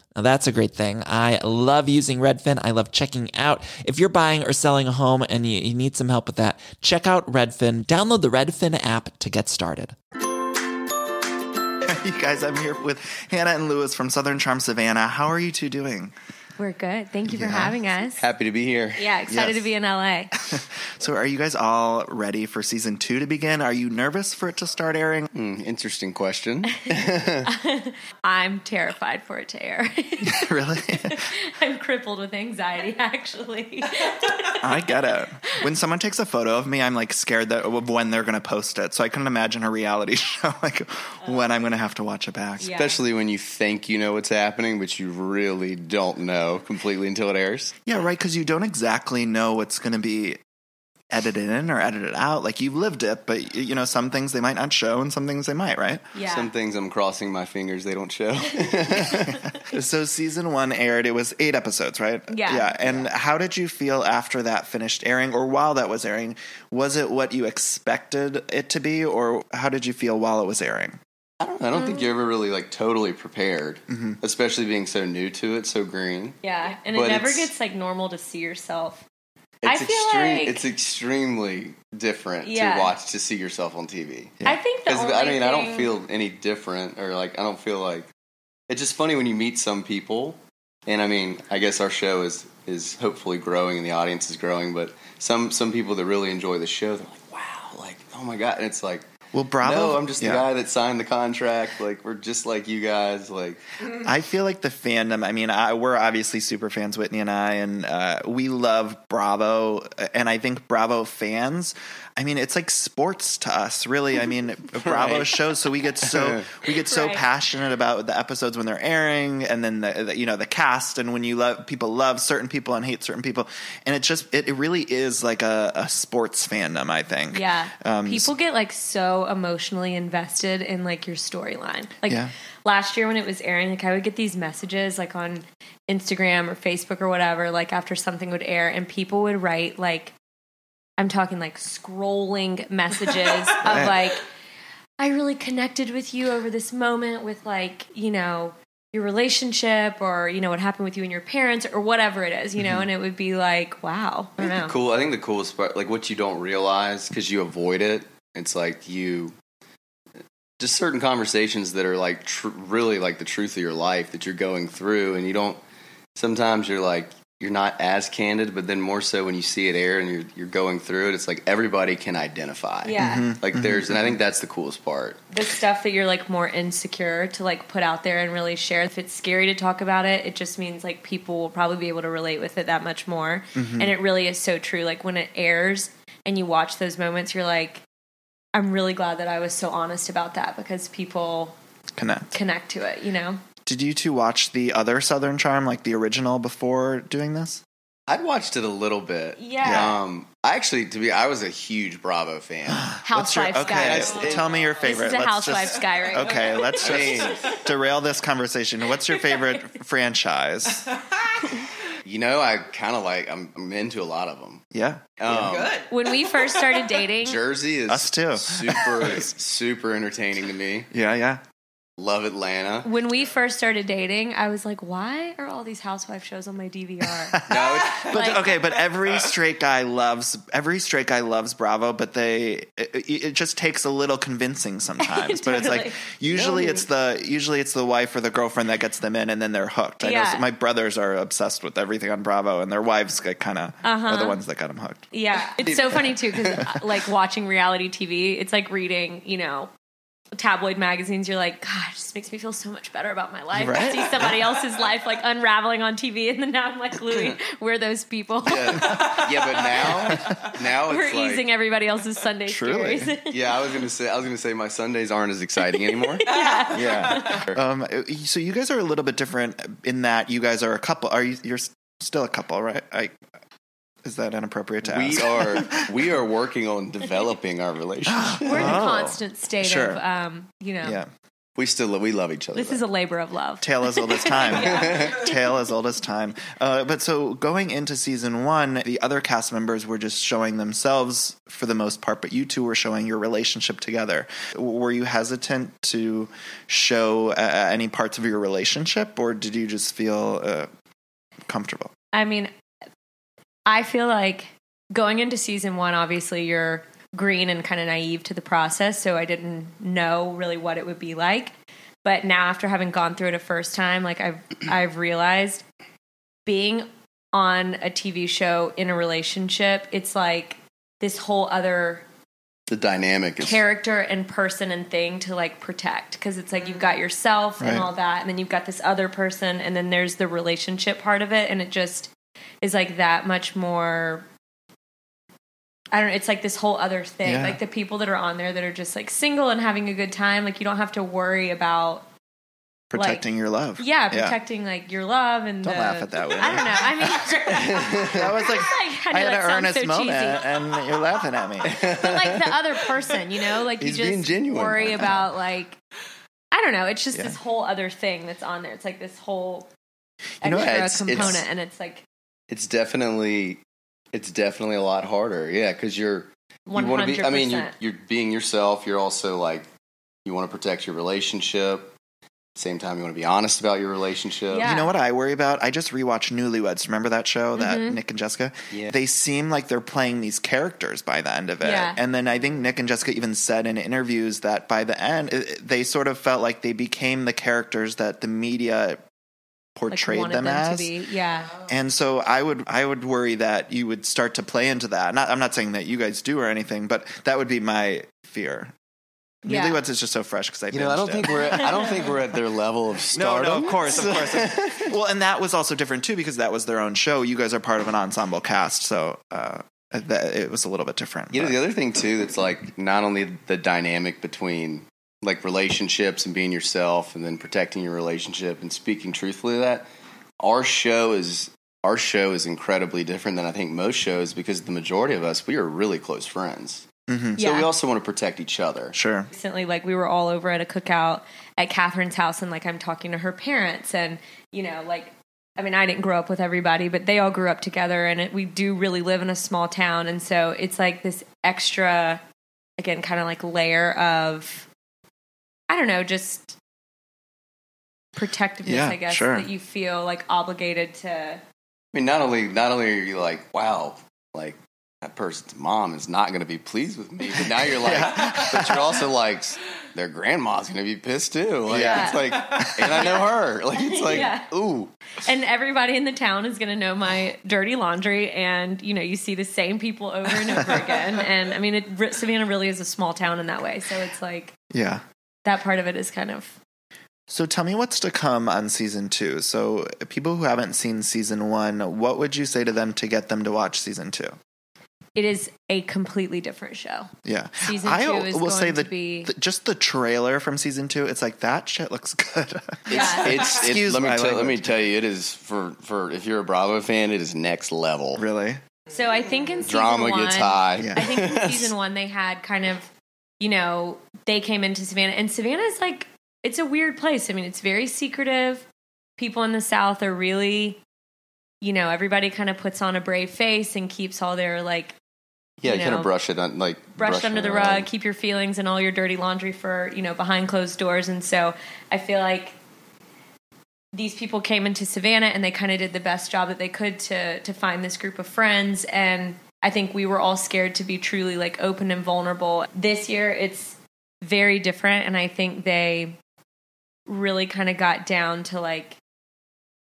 A: Now that's a great thing. I love using Redfin. I love checking out. If you're buying or selling a home and you, you need some help with that, check out Redfin. Download the Redfin app to get started.
F: you guys, I'm here with Hannah and Lewis from Southern Charm Savannah. How are you two doing?
G: We're good. Thank you for having us.
H: Happy to be here.
G: yeah, excited
F: Yes.
G: to be in LA.
F: So, are you guys all ready for season two to begin? Are you nervous for it to start airing?
H: Interesting question.
G: I'm terrified for it to air.
F: really?
G: I'm crippled with anxiety, actually.
F: I get it. When someone takes a photo of me, I'm like scared that of when they're going to post it. So I couldn't imagine a reality show like when I'm going to have to watch it back. Yeah.
H: Especially when you think you know what's happening, but you really don't know completely until it airs.
F: right. Because you don't exactly know what's going to be edited in or edited out. Like you've lived it, but y- you know some things they might not show, and some things they might. Right.
G: yeah.
H: Some things I'm crossing my fingers they don't show.
F: So season one aired. It was eight episodes, right?
G: Yeah.
F: Yeah. And how did you feel after that finished airing, or while that was airing? Was it what you expected it to be, or how did you feel while it was airing?
H: I don't, I don't think
G: Mm.
H: you're ever really like totally prepared,
F: Mm-hmm.
H: especially being so new to it, so green.
G: yeah. And
H: But
G: it never
H: it's-
G: gets like normal to see yourself. I
H: It's
G: feel
H: extreme,
G: like-
H: it's extremely different
G: Yeah.
H: to watch to see yourself on TV.
G: I think the
H: Because
G: only
H: I mean, I don't
G: thing-
H: feel any different, or like I don't feel like it's just funny when you meet some people. And I mean, I guess our show is is hopefully growing, and the audience is growing. But some some people that really enjoy the show, they're like, wow, like oh my god, and it's like.
F: Well, Bravo.
H: No, I'm just
F: Yeah.
H: the guy that signed the contract. Like we're just like you guys. Like
F: I feel like the fandom. I mean, I, we're obviously super fans, Whitney and I, and uh, we love Bravo. And I think Bravo fans. I mean, it's like sports to us, really. I mean, Bravo shows, so we get so we get so
G: Right.
F: passionate about the episodes when they're airing, and then the, the you know the cast, and when you love people love certain people and hate certain people, and it just it, it really is like a, a sports fandom. I think.
G: Yeah.
F: Um,
G: People get like so emotionally invested in like your storyline. Like
F: Yeah.
G: last year when it was airing, like I would get these messages like on Instagram or Facebook or whatever, like after something would air, and people would write like, I'm talking like scrolling messages of like, I really connected with you over this moment with like, you know, your relationship or, you know, what happened with you and your parents or whatever it is, you know, and it would be like, wow. I don't know.
H: cool. I think Mm-hmm. the coolest part, like what you don't realize because you avoid it. It's like you just certain conversations that are like tr- really like the truth of your life that you're going through, and you don't. Sometimes you're like you're not as candid, but then more so when you see it air and you're you're going through it, it's like everybody can identify.
G: Yeah.
F: Mm-hmm.
H: Like there's, and I think that's the coolest part.
G: the stuff that you're like more insecure to like put out there and really share. If it's scary to talk about it, it just means like people will probably be able to relate with it that much more. And it really is so true. Like when it airs and you watch those moments, you're like, I'm really glad that I was so honest about that because people
F: connect.
G: connect to it, you know?
F: Did you two watch the other Southern Charm, like the original, before doing this?
A: I'd watched it a little bit.
G: Yeah.
A: Um, I actually, to be, I was a huge Bravo fan.
G: What's your- Housewives guy.
F: okay, let's-
G: This
F: tell me your
G: is
F: favorite.
G: a
F: Let's
G: Housewives
F: just,
G: guy right now.
F: Okay, let's
A: I mean-
F: just derail this conversation. What's your favorite franchise?
A: You know, I kind of like. I'm, I'm into a lot of them.
F: Yeah,
A: Um,
G: When we first started dating,
A: Jersey is
F: us too.
A: super super entertaining to me.
F: Yeah, yeah.
A: Love Atlanta.
G: when we first started dating, I was like, why are all these housewife shows on my DVR?
A: No, it's-
F: But
G: Like-
F: okay, but
G: Uh.
F: every straight guy loves every straight guy loves Bravo, but they it, it just takes a little convincing sometimes. But it's like
G: Totally.
F: usually
G: No.
F: it's the usually it's the wife or the girlfriend that gets them in, and then they're hooked. I know
G: Yeah.
F: my brothers are obsessed with everything on Bravo, and their wives get kind of are
G: Uh-huh.
F: the ones that got them hooked.
G: yeah. It's so funny too, because like watching reality TV, it's like reading, you know, tabloid magazines. You're like, gosh, this makes me feel so much better about my life. I
F: Right?
G: see somebody else's life like unraveling on TV, and then now I'm like, Louis, we're those people.
A: yeah, but now now
G: we're
A: it's like,
G: easing everybody else's Sunday
F: Truly.
G: scaries.
A: Yeah, I was gonna say I was gonna say my Sundays aren't as exciting anymore.
F: Yeah. um. So you guys are a little bit different in that you guys are a couple. Are you? You're s- still a couple, right? I. Is that inappropriate to
A: we
F: ask?
A: are we are working on developing our relationship.
G: We're in a
F: Oh.
G: constant state
F: Sure.
G: of, um, you know,
F: Yeah.
A: We still lo- we love each other.
G: this is a labor of love.
F: Tale as old as time. Tale as old as time. Uh, but so going into season one, the other cast members were just showing themselves for the most part, but you two were showing your relationship together. W- Were you hesitant to show uh, any parts of your relationship, or did you just feel uh, comfortable?
G: I mean, I feel like going into season one, obviously you're green and kind of naive to the process, so I didn't know really what it would be like. But now, after having gone through it a first time, like I've I've realized being on a TV show in a relationship, it's like this whole other
A: the dynamic is
G: character and person and thing to like protect because it's like you've got yourself and
F: Mm. Right.
G: all that and then you've got this other person and then there's the relationship part of it and it just is like that much more I don't know it's like this whole other thing
F: Yeah.
G: like the people that are on there that are just like single and having a good time like you don't have to worry about
F: Protecting your love.
G: yeah protecting like your love and
F: Don't
G: the-
F: laugh at that, Whitney.
G: I don't know I mean
F: That was like,
G: I
F: I had
G: know that
F: an
G: sounds
F: earnest
G: so
F: moment,
G: cheesy.
F: and you're laughing at me.
G: but like the other person, you know, like
A: He's
G: you just
A: being genuine.
G: worry about like I don't know. It's just
F: Yeah.
G: this whole other thing that's on there. It's like this whole extra
A: You know, it's-
G: component,
A: it's-
G: and it's like
A: it's definitely it's definitely a lot harder. Yeah, because you're
G: one
A: you want to
G: hundred
A: be. I mean, you're,
G: percent.
A: you're being yourself. You're also like you want to protect your relationship. Same time, you want to be honest about your relationship.
G: Yeah.
F: You know what I worry about? I just rewatched Newlyweds. Remember that show that
G: Mm-hmm.
F: Nick and Jessica?
A: Yeah.
F: They seem like they're playing these characters by the end of it.
G: Yeah.
F: And then I think Nick and Jessica even said in interviews that by the end, it- it- they sort of felt like they became the characters that the media portrayed
G: wanted
F: them,
G: to
F: as.
G: be. Yeah,
F: And so I would I would worry that you would start to play into that. Not, I'm not saying that you guys do or anything, but that would be my fear.
G: Yeah.
F: Newlyweds is just so fresh because I
A: You know, I
F: binged
A: don't
F: it.
A: think we're at, I don't think we're at their level of
F: No,
A: stardom.
F: no, of course, of course. well, and that was also different too because that was their own show. You guys are part of an ensemble cast, so uh, that, it was a little bit different.
A: You know,
F: but-
A: the other thing too that's like not only the dynamic between like relationships and being yourself and then protecting your relationship and speaking truthfully to that our show is our show is incredibly different than I think most shows because the majority of us we are really close friends. Hmm. So
G: yeah.
A: we also want to protect each other.
F: sure,
G: recently like we were all over at a cookout at catherine's house and like i'm talking to her parents and you know like i mean i didn't grow up with everybody but they all grew up together and it, we do really live in a small town and so it's like this extra again kind of like layer of i don't know just protectiveness
F: Yeah,
G: i guess
F: sure.
G: that you feel like obligated to
A: I mean, not only not only are you like, wow, like that person's mom is not going to be pleased with me, but now you're like, but you're also like, their grandma's going to be pissed too. Like
G: Yeah.
A: it's like, and I know her. Like it's like,
G: Yeah.
A: ooh,
G: and everybody in the town is going to know my dirty laundry and you know you see the same people over and over again and i mean it, re- savannah really is a small town in that way so it's like
F: yeah.
G: that part of it is kind of
F: So tell me what's to come on season two. So people who haven't seen season one, what would you say to them to get them to watch season two?
G: it is a completely different show.
F: Yeah.
G: Season
F: I
G: two is
F: will
G: going
F: say
G: to
F: that
G: be-
F: th- just the trailer from season two, it's like that shit looks good.
G: Yeah.
A: It's, it's
F: Excuse
A: let me
F: my
A: tell, let me
F: language.
A: tell you, it is for for if you're a Bravo fan, it is next level.
F: Really?
G: So I think in season
A: Drama
G: one,
A: gets high.
G: I think in
A: Yes.
G: season one they had kind of, you know, they came into Savannah, and Savannah's like it's a weird place. I mean, it's very secretive. People in the South are really, you know, everybody kind of puts on a brave face and keeps all their like
A: Yeah,
G: you
A: you, kind
G: know,
A: of brush it on like
G: brushed
A: brush
G: under
A: it
G: the
A: around.
G: rug, keep your feelings and all your dirty laundry for, you know, behind closed doors. And so I feel like these people came into Savannah and they kind of did the best job that they could to to find this group of friends and I think we were all scared to be truly like open and vulnerable. This year it's very different and I think they really kind of got down to like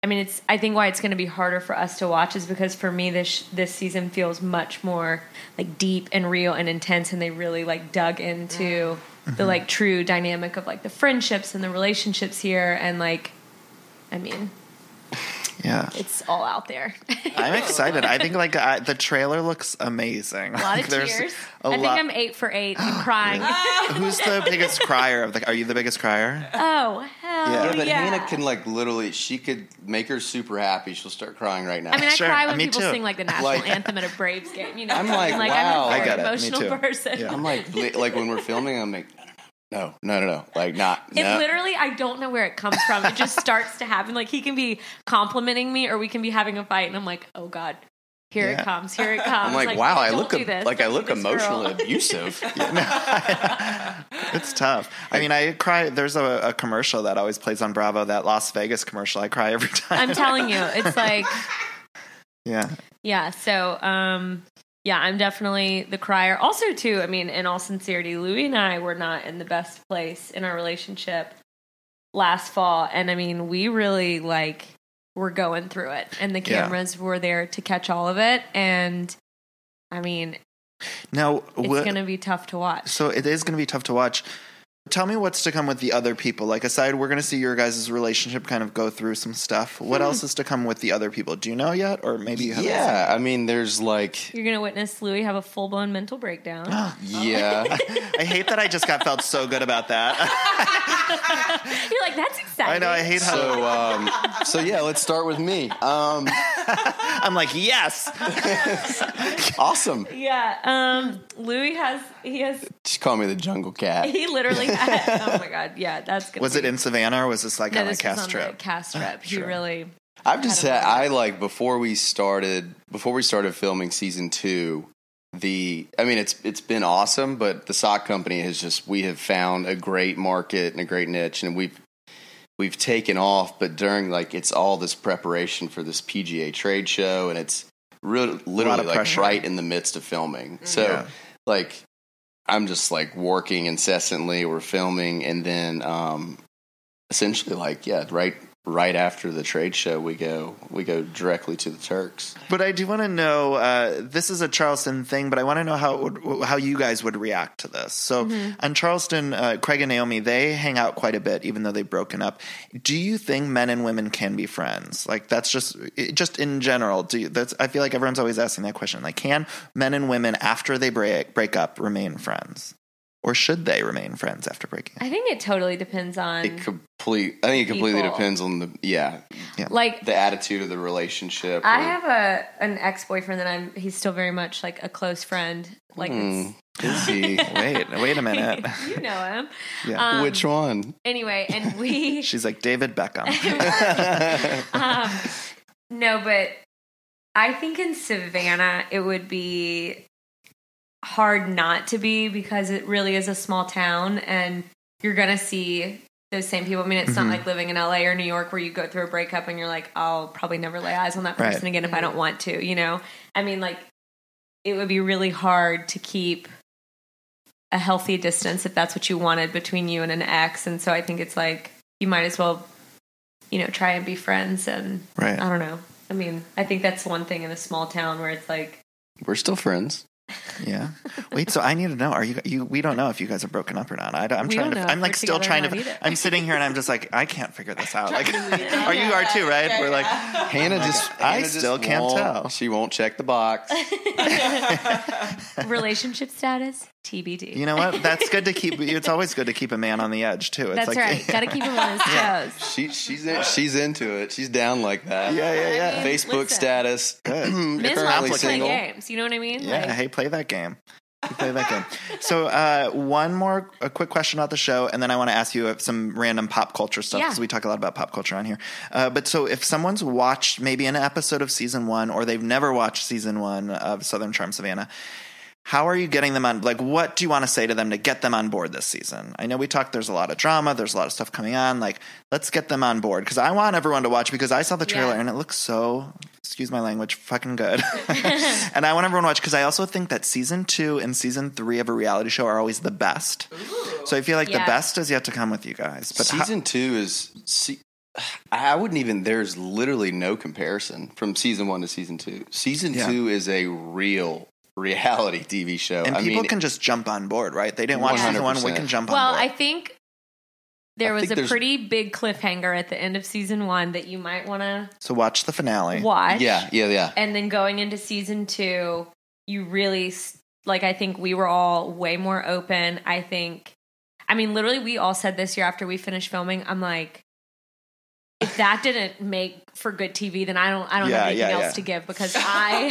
G: I mean it's I think why it's going to be harder for us to watch is because for me this this season feels much more like deep and real and intense and they really like dug
F: Mm.
G: into
F: Mm-hmm.
G: the like true dynamic of like the friendships and the relationships here and like I mean
F: Yeah.
G: it's all out there.
F: I'm excited. I think like I, the trailer looks amazing.
G: a lot of
F: there's
G: tears.
F: A
G: I
F: lot.
G: think I'm 8 for 8 I'm crying.
F: Who's the biggest crier of the? Are you the biggest crier?
G: oh hell
A: Yeah,
G: yeah.
A: but Hannah can like literally, she could make her super happy. She'll start crying right now.
G: I mean, I
F: Sure, Uh,
G: cry when
F: me
G: people
F: too.
G: sing like the national
A: Like-
G: anthem at a Braves game. You know,
A: I'm like, wow.
G: I'm
A: I
G: a
A: get it.
G: very
A: Me
G: emotional
F: too.
G: person.
F: Yeah.
A: I'm like, li- like when we're filming, I'm like, no, no, no, no, no, no. like not.
G: It
A: no.
G: literally, I don't know where it comes from. It just starts to happen. Like he can be complimenting me, or we can be having a fight, and I'm like, oh god, here
F: Yeah.
G: it comes, here it comes.
A: I'm like, wow, I
G: don't
A: look
G: do
A: a-
G: this.
A: like I
G: Don't do
A: look
G: this, girl.
A: emotional and abusive.
F: It's tough. I mean, I cry. There's a, a commercial that always plays on Bravo, that Las Vegas commercial. I cry every time.
G: I'm telling you, it's like,
F: yeah.
G: yeah. So, um, yeah, I'm definitely the crier. Also, too, I mean, in all sincerity, Louis and I were not in the best place in our relationship last fall, and I mean, we really like were going through it, and the
F: Yeah.
G: cameras were there to catch all of it, and. I mean,
F: Now,
G: it's
F: what,
G: going to be tough to watch.
F: so it is going to be tough to watch. Tell me what's to come with the other people. Like aside, we're going to see your guys' relationship kind of go through some stuff. What
G: Hmm.
F: else is to come with the other people? Do you know yet, or maybe you haven't?
A: yeah, I mean, there's like,
G: You're going to witness Louis have a full blown mental breakdown.
A: yeah,
F: I hate that I just got felt so good about that.
G: You're like, that's exciting.
F: I know. I hate how
A: so um, so yeah. Let's start with me. Um,
F: I'm like yes.
A: awesome.
G: Yeah. Um, Louis has, he has,
A: Just call me the Jungle Cat.
G: he literally, had, oh my God. Yeah. That's going to
F: Was
G: be,
F: it in Savannah or was this like
G: no,
F: on a
G: this was
F: cast
G: on the
F: trip?
G: cast trip. He
F: Sure.
G: really,
A: I've just had I like before we started before we started filming season two. The I mean it's it's been awesome, but the sock company has just we have found a great market and a great niche, and we've we've taken off. But during like it's all this preparation for this PGA trade show, and it's real literally like
F: pressure.
A: right in the midst of filming. So
F: Yeah.
A: like I'm just like working incessantly. We're filming, and then um, essentially like yeah, right right after the trade show, we go we go directly to the Turks.
F: But I do want to know. Uh, this is a Charleston thing, but I want to know how it would, how you guys would react to this. So,
G: Mm-hmm.
F: on Charleston, uh, Craig and Naomi they hang out quite a bit, even though they've broken up. Do you think men and women can be friends? Like that's just it- just in general. Do you, that's I feel like everyone's always asking that question. Like, can men and women after they break break up remain friends, or should they remain friends after breaking? up?
G: I think it totally depends on
A: It complete. I think it completely
G: People.
A: depends on the yeah
G: like
A: the attitude of the relationship.
G: I
A: or-
G: have a an ex boyfriend that I'm. He's still very much like a close friend. Like
A: Hmm, is he?
F: Wait, wait a minute.
G: it's, you know him.
F: Yeah.
G: Um,
A: Which one?
G: Anyway, and we
F: She's like David Beckham.
G: um, no, but I think in Savannah it would be hard not to be because it really is a small town and you're gonna see those same people. I mean, it's not like living in LA or New York where you go through a breakup and you're like, I'll probably never lay eyes on that
F: Right.
G: person again if I don't want to. You know, I mean, like it would be really hard to keep a healthy distance if that's what you wanted between you and an ex. And so I think it's like you might as well, you know, try and be friends. And
F: Right.
G: I don't know. I mean, I think that's one thing in a small town where it's like
A: We're still friends.
F: Yeah. Wait. So I need to know. Are you? You? We don't know if you guys are broken up or not. I, am
G: We
F: trying
G: don't
F: to.
G: know
F: I'm
G: if
F: like
G: we're
F: still
G: together
F: trying
G: or
F: to.
G: not either.
F: I'm sitting here and I'm just like I can't figure this out. Like,
G: Yeah.
F: are you are too right?
G: Yeah,
F: We're like Hannah just. I
A: Hannah just
F: still can't
A: won't-
F: tell.
A: She won't check the box.
G: Relationship status TBD.
F: You know what? That's good to keep. It's always good to keep a man on the edge too. It's
G: That's
F: like,
G: right. Got to keep him on his toes.
A: She she's in, she's into it. She's down like that.
F: Yeah, yeah, yeah. I mean,
A: Facebook
G: listen.
A: status.
G: Men
A: currently
G: love to play
A: single.
G: games. You know what I mean?
F: Yeah,
G: Like,
F: hey, play that game. You play that game. So, uh, one more a quick question about the show, and then I want to ask you uh, some random pop culture stuff
G: Yeah.
F: because we talk a lot about pop culture on here. Uh, but so, if someone's watched maybe an episode of season one, or they've never watched season one of Southern Charm Savannah, how are you getting them on? Like, what do you want to say to them to get them on board this season? I know we talked. There's a lot of drama. There's a lot of stuff coming on. Like, let's get them on board because I want everyone to watch because I saw the trailer
G: Yeah.
F: and it looks so. Excuse my language. Fucking good. and I want everyone to watch because I also think that season two and season three of a reality show are always the best. So I feel like the
G: Yeah.
F: best is yet to come with you guys. But how-
A: season two is. See, I wouldn't even. There's literally no comparison from season one to season two. Season
F: Yeah.
A: two is a real reality TV show.
F: and
A: I
F: people
A: mean,
F: can just jump on board, right? They didn't watch season one. We
A: 100%.
F: can jump
G: well,
F: on board.
G: I think there
A: I
G: was
A: think
G: a
A: there's-
G: pretty big cliffhanger at the end of season one that you might want to
F: so watch the finale.
G: watch.
A: yeah, yeah, yeah.
G: And then going into season two, you really s- like. I think we were all way more open. I think. I mean, literally, we all said this year after we finished filming. I'm like, if that didn't make for good TV, then I don't. I don't
F: Yeah,
G: have anything
F: yeah,
G: else
F: yeah.
G: to give because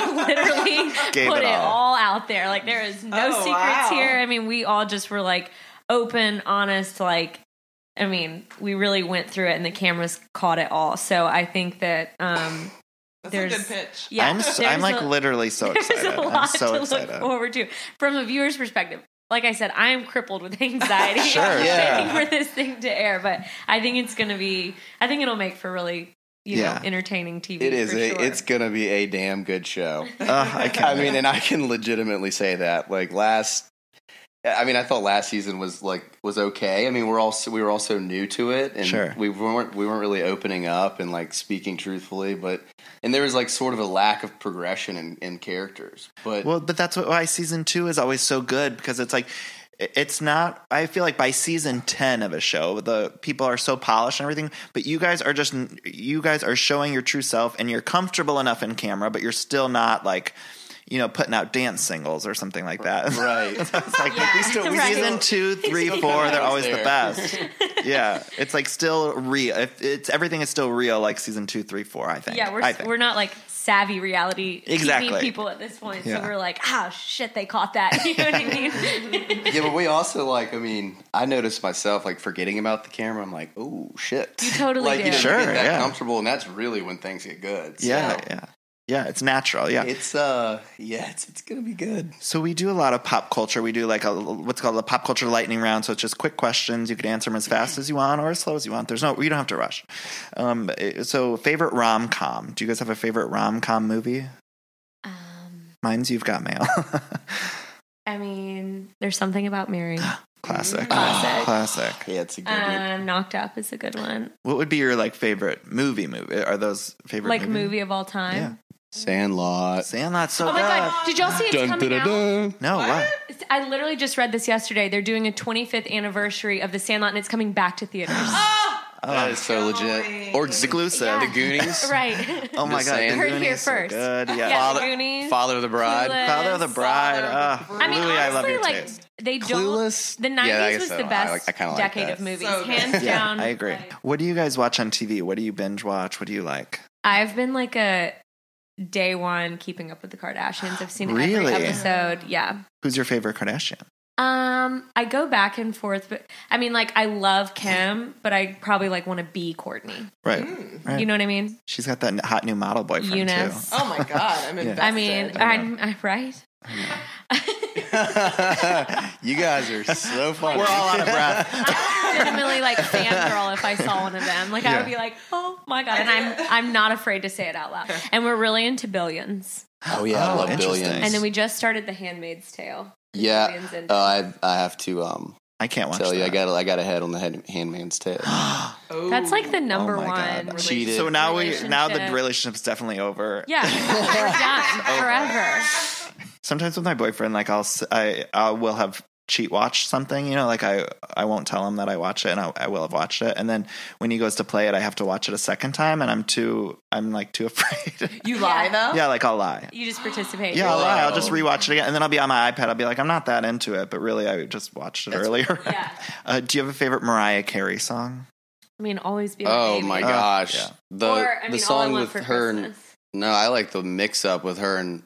G: I
F: Gave
G: literally put
F: it
G: it all.
F: all.
G: out there. Like there is no
B: Oh,
G: secrets
B: wow.
G: here. I mean, we all just were like open, honest, like. I mean, we really went through it, and the cameras caught it all. So I think that um,
B: That's
G: there's
B: a good pitch.
G: yeah,
F: I'm, so,
G: there's
F: I'm like
G: a-
F: literally so
G: there's
F: excited.
G: a lot
F: I'm so
G: to
F: excited.
G: look forward to from a viewer's perspective. Like I said, I am crippled with anxiety
F: Sure,
G: waiting
A: yeah.
G: for this thing to air, but I think it's going to be. I think it'll make for really you
F: Yeah.
G: know entertaining TV.
A: It is.
G: for
A: A,
G: sure.
A: It's gonna be a damn good show.
F: Ugh, Uh, I can't
A: I mean, and I can legitimately say that. Like last, I mean, I thought last season was like was okay. I mean, we're all we were all so new to it, and
F: Sure.
A: we weren't we weren't really opening up and like speaking truthfully. But and there was like sort of a lack of progression in, in characters. But
F: Well, but that's what, why season two is always so good because it's like it- it's not. I feel like by season ten of a show, the people are so polished and everything, but you guys are just you guys are showing your true self, and you're comfortable enough in camera, but you're still not like you know putting out dance singles or something like that.
A: right,
F: it's like
G: Yeah,
F: we still,
G: right.
F: season two, three, four. They're always the
A: There.
F: best. yeah, it's like still real. If It's everything is still real, like season two, three, four. I think.
G: yeah, we're
F: I think.
G: we're not like savvy reality
F: Exactly.
G: TV people at this point,
F: Yeah.
G: so we're like, ah, shit, they caught that. You know what I mean?
A: yeah. But we also like. I mean, I noticed myself like forgetting about the camera. I'm like, oh shit.
G: You totally
A: like, You
G: do.
A: know, you
F: Sure,
A: get that
F: yeah.
A: comfortable, and that's really when things get good. So
F: yeah, yeah, yeah. It's natural. Yeah.
A: It's uh, yeah, it's it's gonna be good.
F: So we do a lot of pop culture. We do like a what's called a pop culture lightning round. So it's just quick questions. You can answer them as fast as you want or as slow as you want. There's no, you don't have to rush. Um, eh, so favorite rom com. Do you guys have a favorite rom com movie?
G: um,
F: Mine's You've Got Mail.
G: I mean, there's something about Mary.
F: Classic.
G: Classic.
F: Classic.
A: Yeah, it's a good. one.
G: Um, Knocked Up is a good one,
F: What would be your like favorite movie? Movie? Are those favorite
G: like
F: movie?
G: movie of all time.
F: Yeah.
A: Sandlot.
F: Sandlot's so
G: Oh my
F: good.
G: god! Did y'all see it's coming out?
F: No, what?
G: It's- I literally just read this yesterday. They're doing a 25th anniversary of The Sandlot, and it's coming back to theaters.
A: That is so legit. Or
F: It's exclusive.
G: Yeah.
A: The Goonies.
G: right.
F: Oh
A: The
F: my god. The
A: Sand.
G: Heard
F: Goonies
G: here
F: is so
G: first.
F: good. Yeah.
G: Yeah,
F: Father,
G: The Goonies.
A: Father of the Bride.
G: Clueless.
F: Father of the Bride. Ah,
G: I mean,
F: Louis,
G: honestly,
F: I love your
G: like
F: taste.
G: they don't.
A: Clueless?
G: The
A: Yeah,
G: 90s
A: I guess
G: was
A: so.
G: the
A: I
G: best
A: like- I kinda like
G: decade
A: that.
G: of movies,
B: So good.
G: hands
F: Yeah,
G: down.
F: I agree.
G: Like,
F: What do you guys watch on TV? What do you binge watch? What do you like?
G: I've been like a day one Keeping Up with the Kardashians. I've seen
F: Really?
G: every episode. Yeah.
F: Who's your favorite Kardashian?
G: Um, I go back and forth, but I mean, like, I love Kim, but I probably like want to be Courtney.
F: Right. right.
G: Mm. You know what I mean?
F: She's got that hot new model boyfriend
G: Eunice.
F: too.
B: Oh my god, I'm invested.
G: I mean, I'm, I'm right.
A: you guys are so funny.
F: We're all out of breath.
G: Legitimately, like fangirl. If I saw one of them, like I would
F: Yeah.
G: be like, "Oh my god!" And I'm I'm not afraid to say it out loud. And we're really into billions.
A: oh yeah, I
F: Oh,
A: love
F: interesting.
A: billions.
G: And then we just started The Handmaid's Tale.
A: yeah.
G: Billions into
A: Oh, I I have to um
F: I can't watch
A: tell you,
F: that.
A: I got I got a head on the head, Handmaid's Tale.
G: That's like the number
F: Oh my
G: one.
F: God.
G: relationship.
A: Cheated.
F: so now we now the
G: Relationship.
F: relationship's definitely over.
G: Yeah, we're done forever.
I: sometimes with my boyfriend, like I'll s- I I will have cheat watch something, you know, like I I won't tell him that I watch it, and I, I will have watched it, and then when he goes to play it, I have to watch it a second time, and I'm too I'm like too afraid.
B: You lie though.
I: yeah, like I'll lie.
G: You just participate.
I: Yeah, I'll lie. I'll just rewatch it again, and then I'll be on my iPad. I'll be like, I'm not that into it, but really, I just watched it earlier. uh, do you have a favorite Mariah Carey song? Uh,
G: I mean, always be.
A: Oh
G: baby.
A: my gosh. The
G: Or, I
A: the
G: mean, All I
A: song
G: Want
A: with
G: for
A: her and
G: Christmas.
A: no, I like the mix up with her and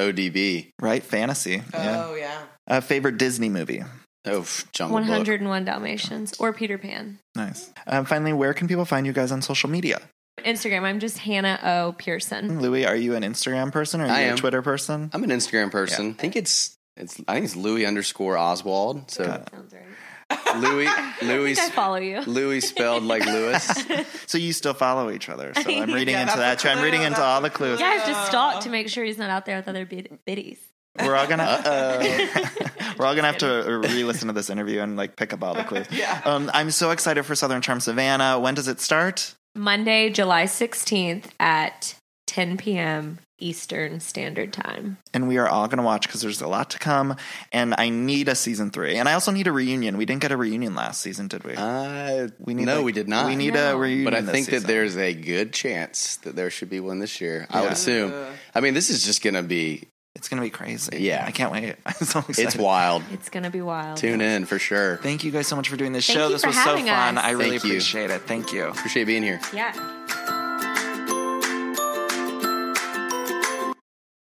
A: ODB.
I: Right, fantasy.
B: Oh yeah.
I: Uh, favorite Disney movie.
A: Oh, pff, Jungle
G: One
A: Book.
G: hundred and one Dalmatians or Peter Pan.
I: Nice. Um, finally, where can people find you guys on social media?
G: Instagram. I'm just Hannah O Pearson.
I: Louis, are you an Instagram person or are
A: I
I: you a
A: am.
I: Twitter person?
A: I'm an Instagram person. I think it's it's I think it's Louis underscore Oswald. So
G: Sounds right.
A: Louis
G: I
A: Louis
G: think I follow you.
A: Louis spelled like Lewis.
I: So you still follow each other. So I'm reading
G: Yeah,
I: into that.
B: that's a
I: I'm reading
B: clue,
I: into
B: that's
I: all
B: a
I: the clues.
G: Yeah, I've just stalked to make sure he's not out there with other bid- biddies.
I: We're all gonna we're all gonna have to re-listen to this interview and like pick up all the clues. yeah. Um, I'm so excited for Southern Charm Savannah. When does it start?
G: Monday, July 16th at 10 p.m. Eastern Standard Time.
I: And we are all gonna watch because there's a lot to come. And I need a season three. And I also need a reunion. We didn't get a reunion last season, did we?
A: Uh,
I: we need
A: no,
I: like-
A: we did not.
I: We need a
G: No.
I: reunion.
A: but I
I: this
A: think that
I: season.
A: there's a good chance that there should be one this year. I
I: Yeah.
A: would assume. I mean, this is just gonna be
I: it's gonna be crazy.
A: Yeah.
I: I can't wait. I'm so excited.
A: it's wild.
G: It's going to be wild.
A: Tune in for sure.
I: Thank you guys so much for doing this
G: Thank
I: show.
G: you
I: this
G: for
I: was so
G: having
I: fun.
G: us.
I: I really
A: Thank you.
I: appreciate it. Thank you.
A: Appreciate being here.
G: Yeah.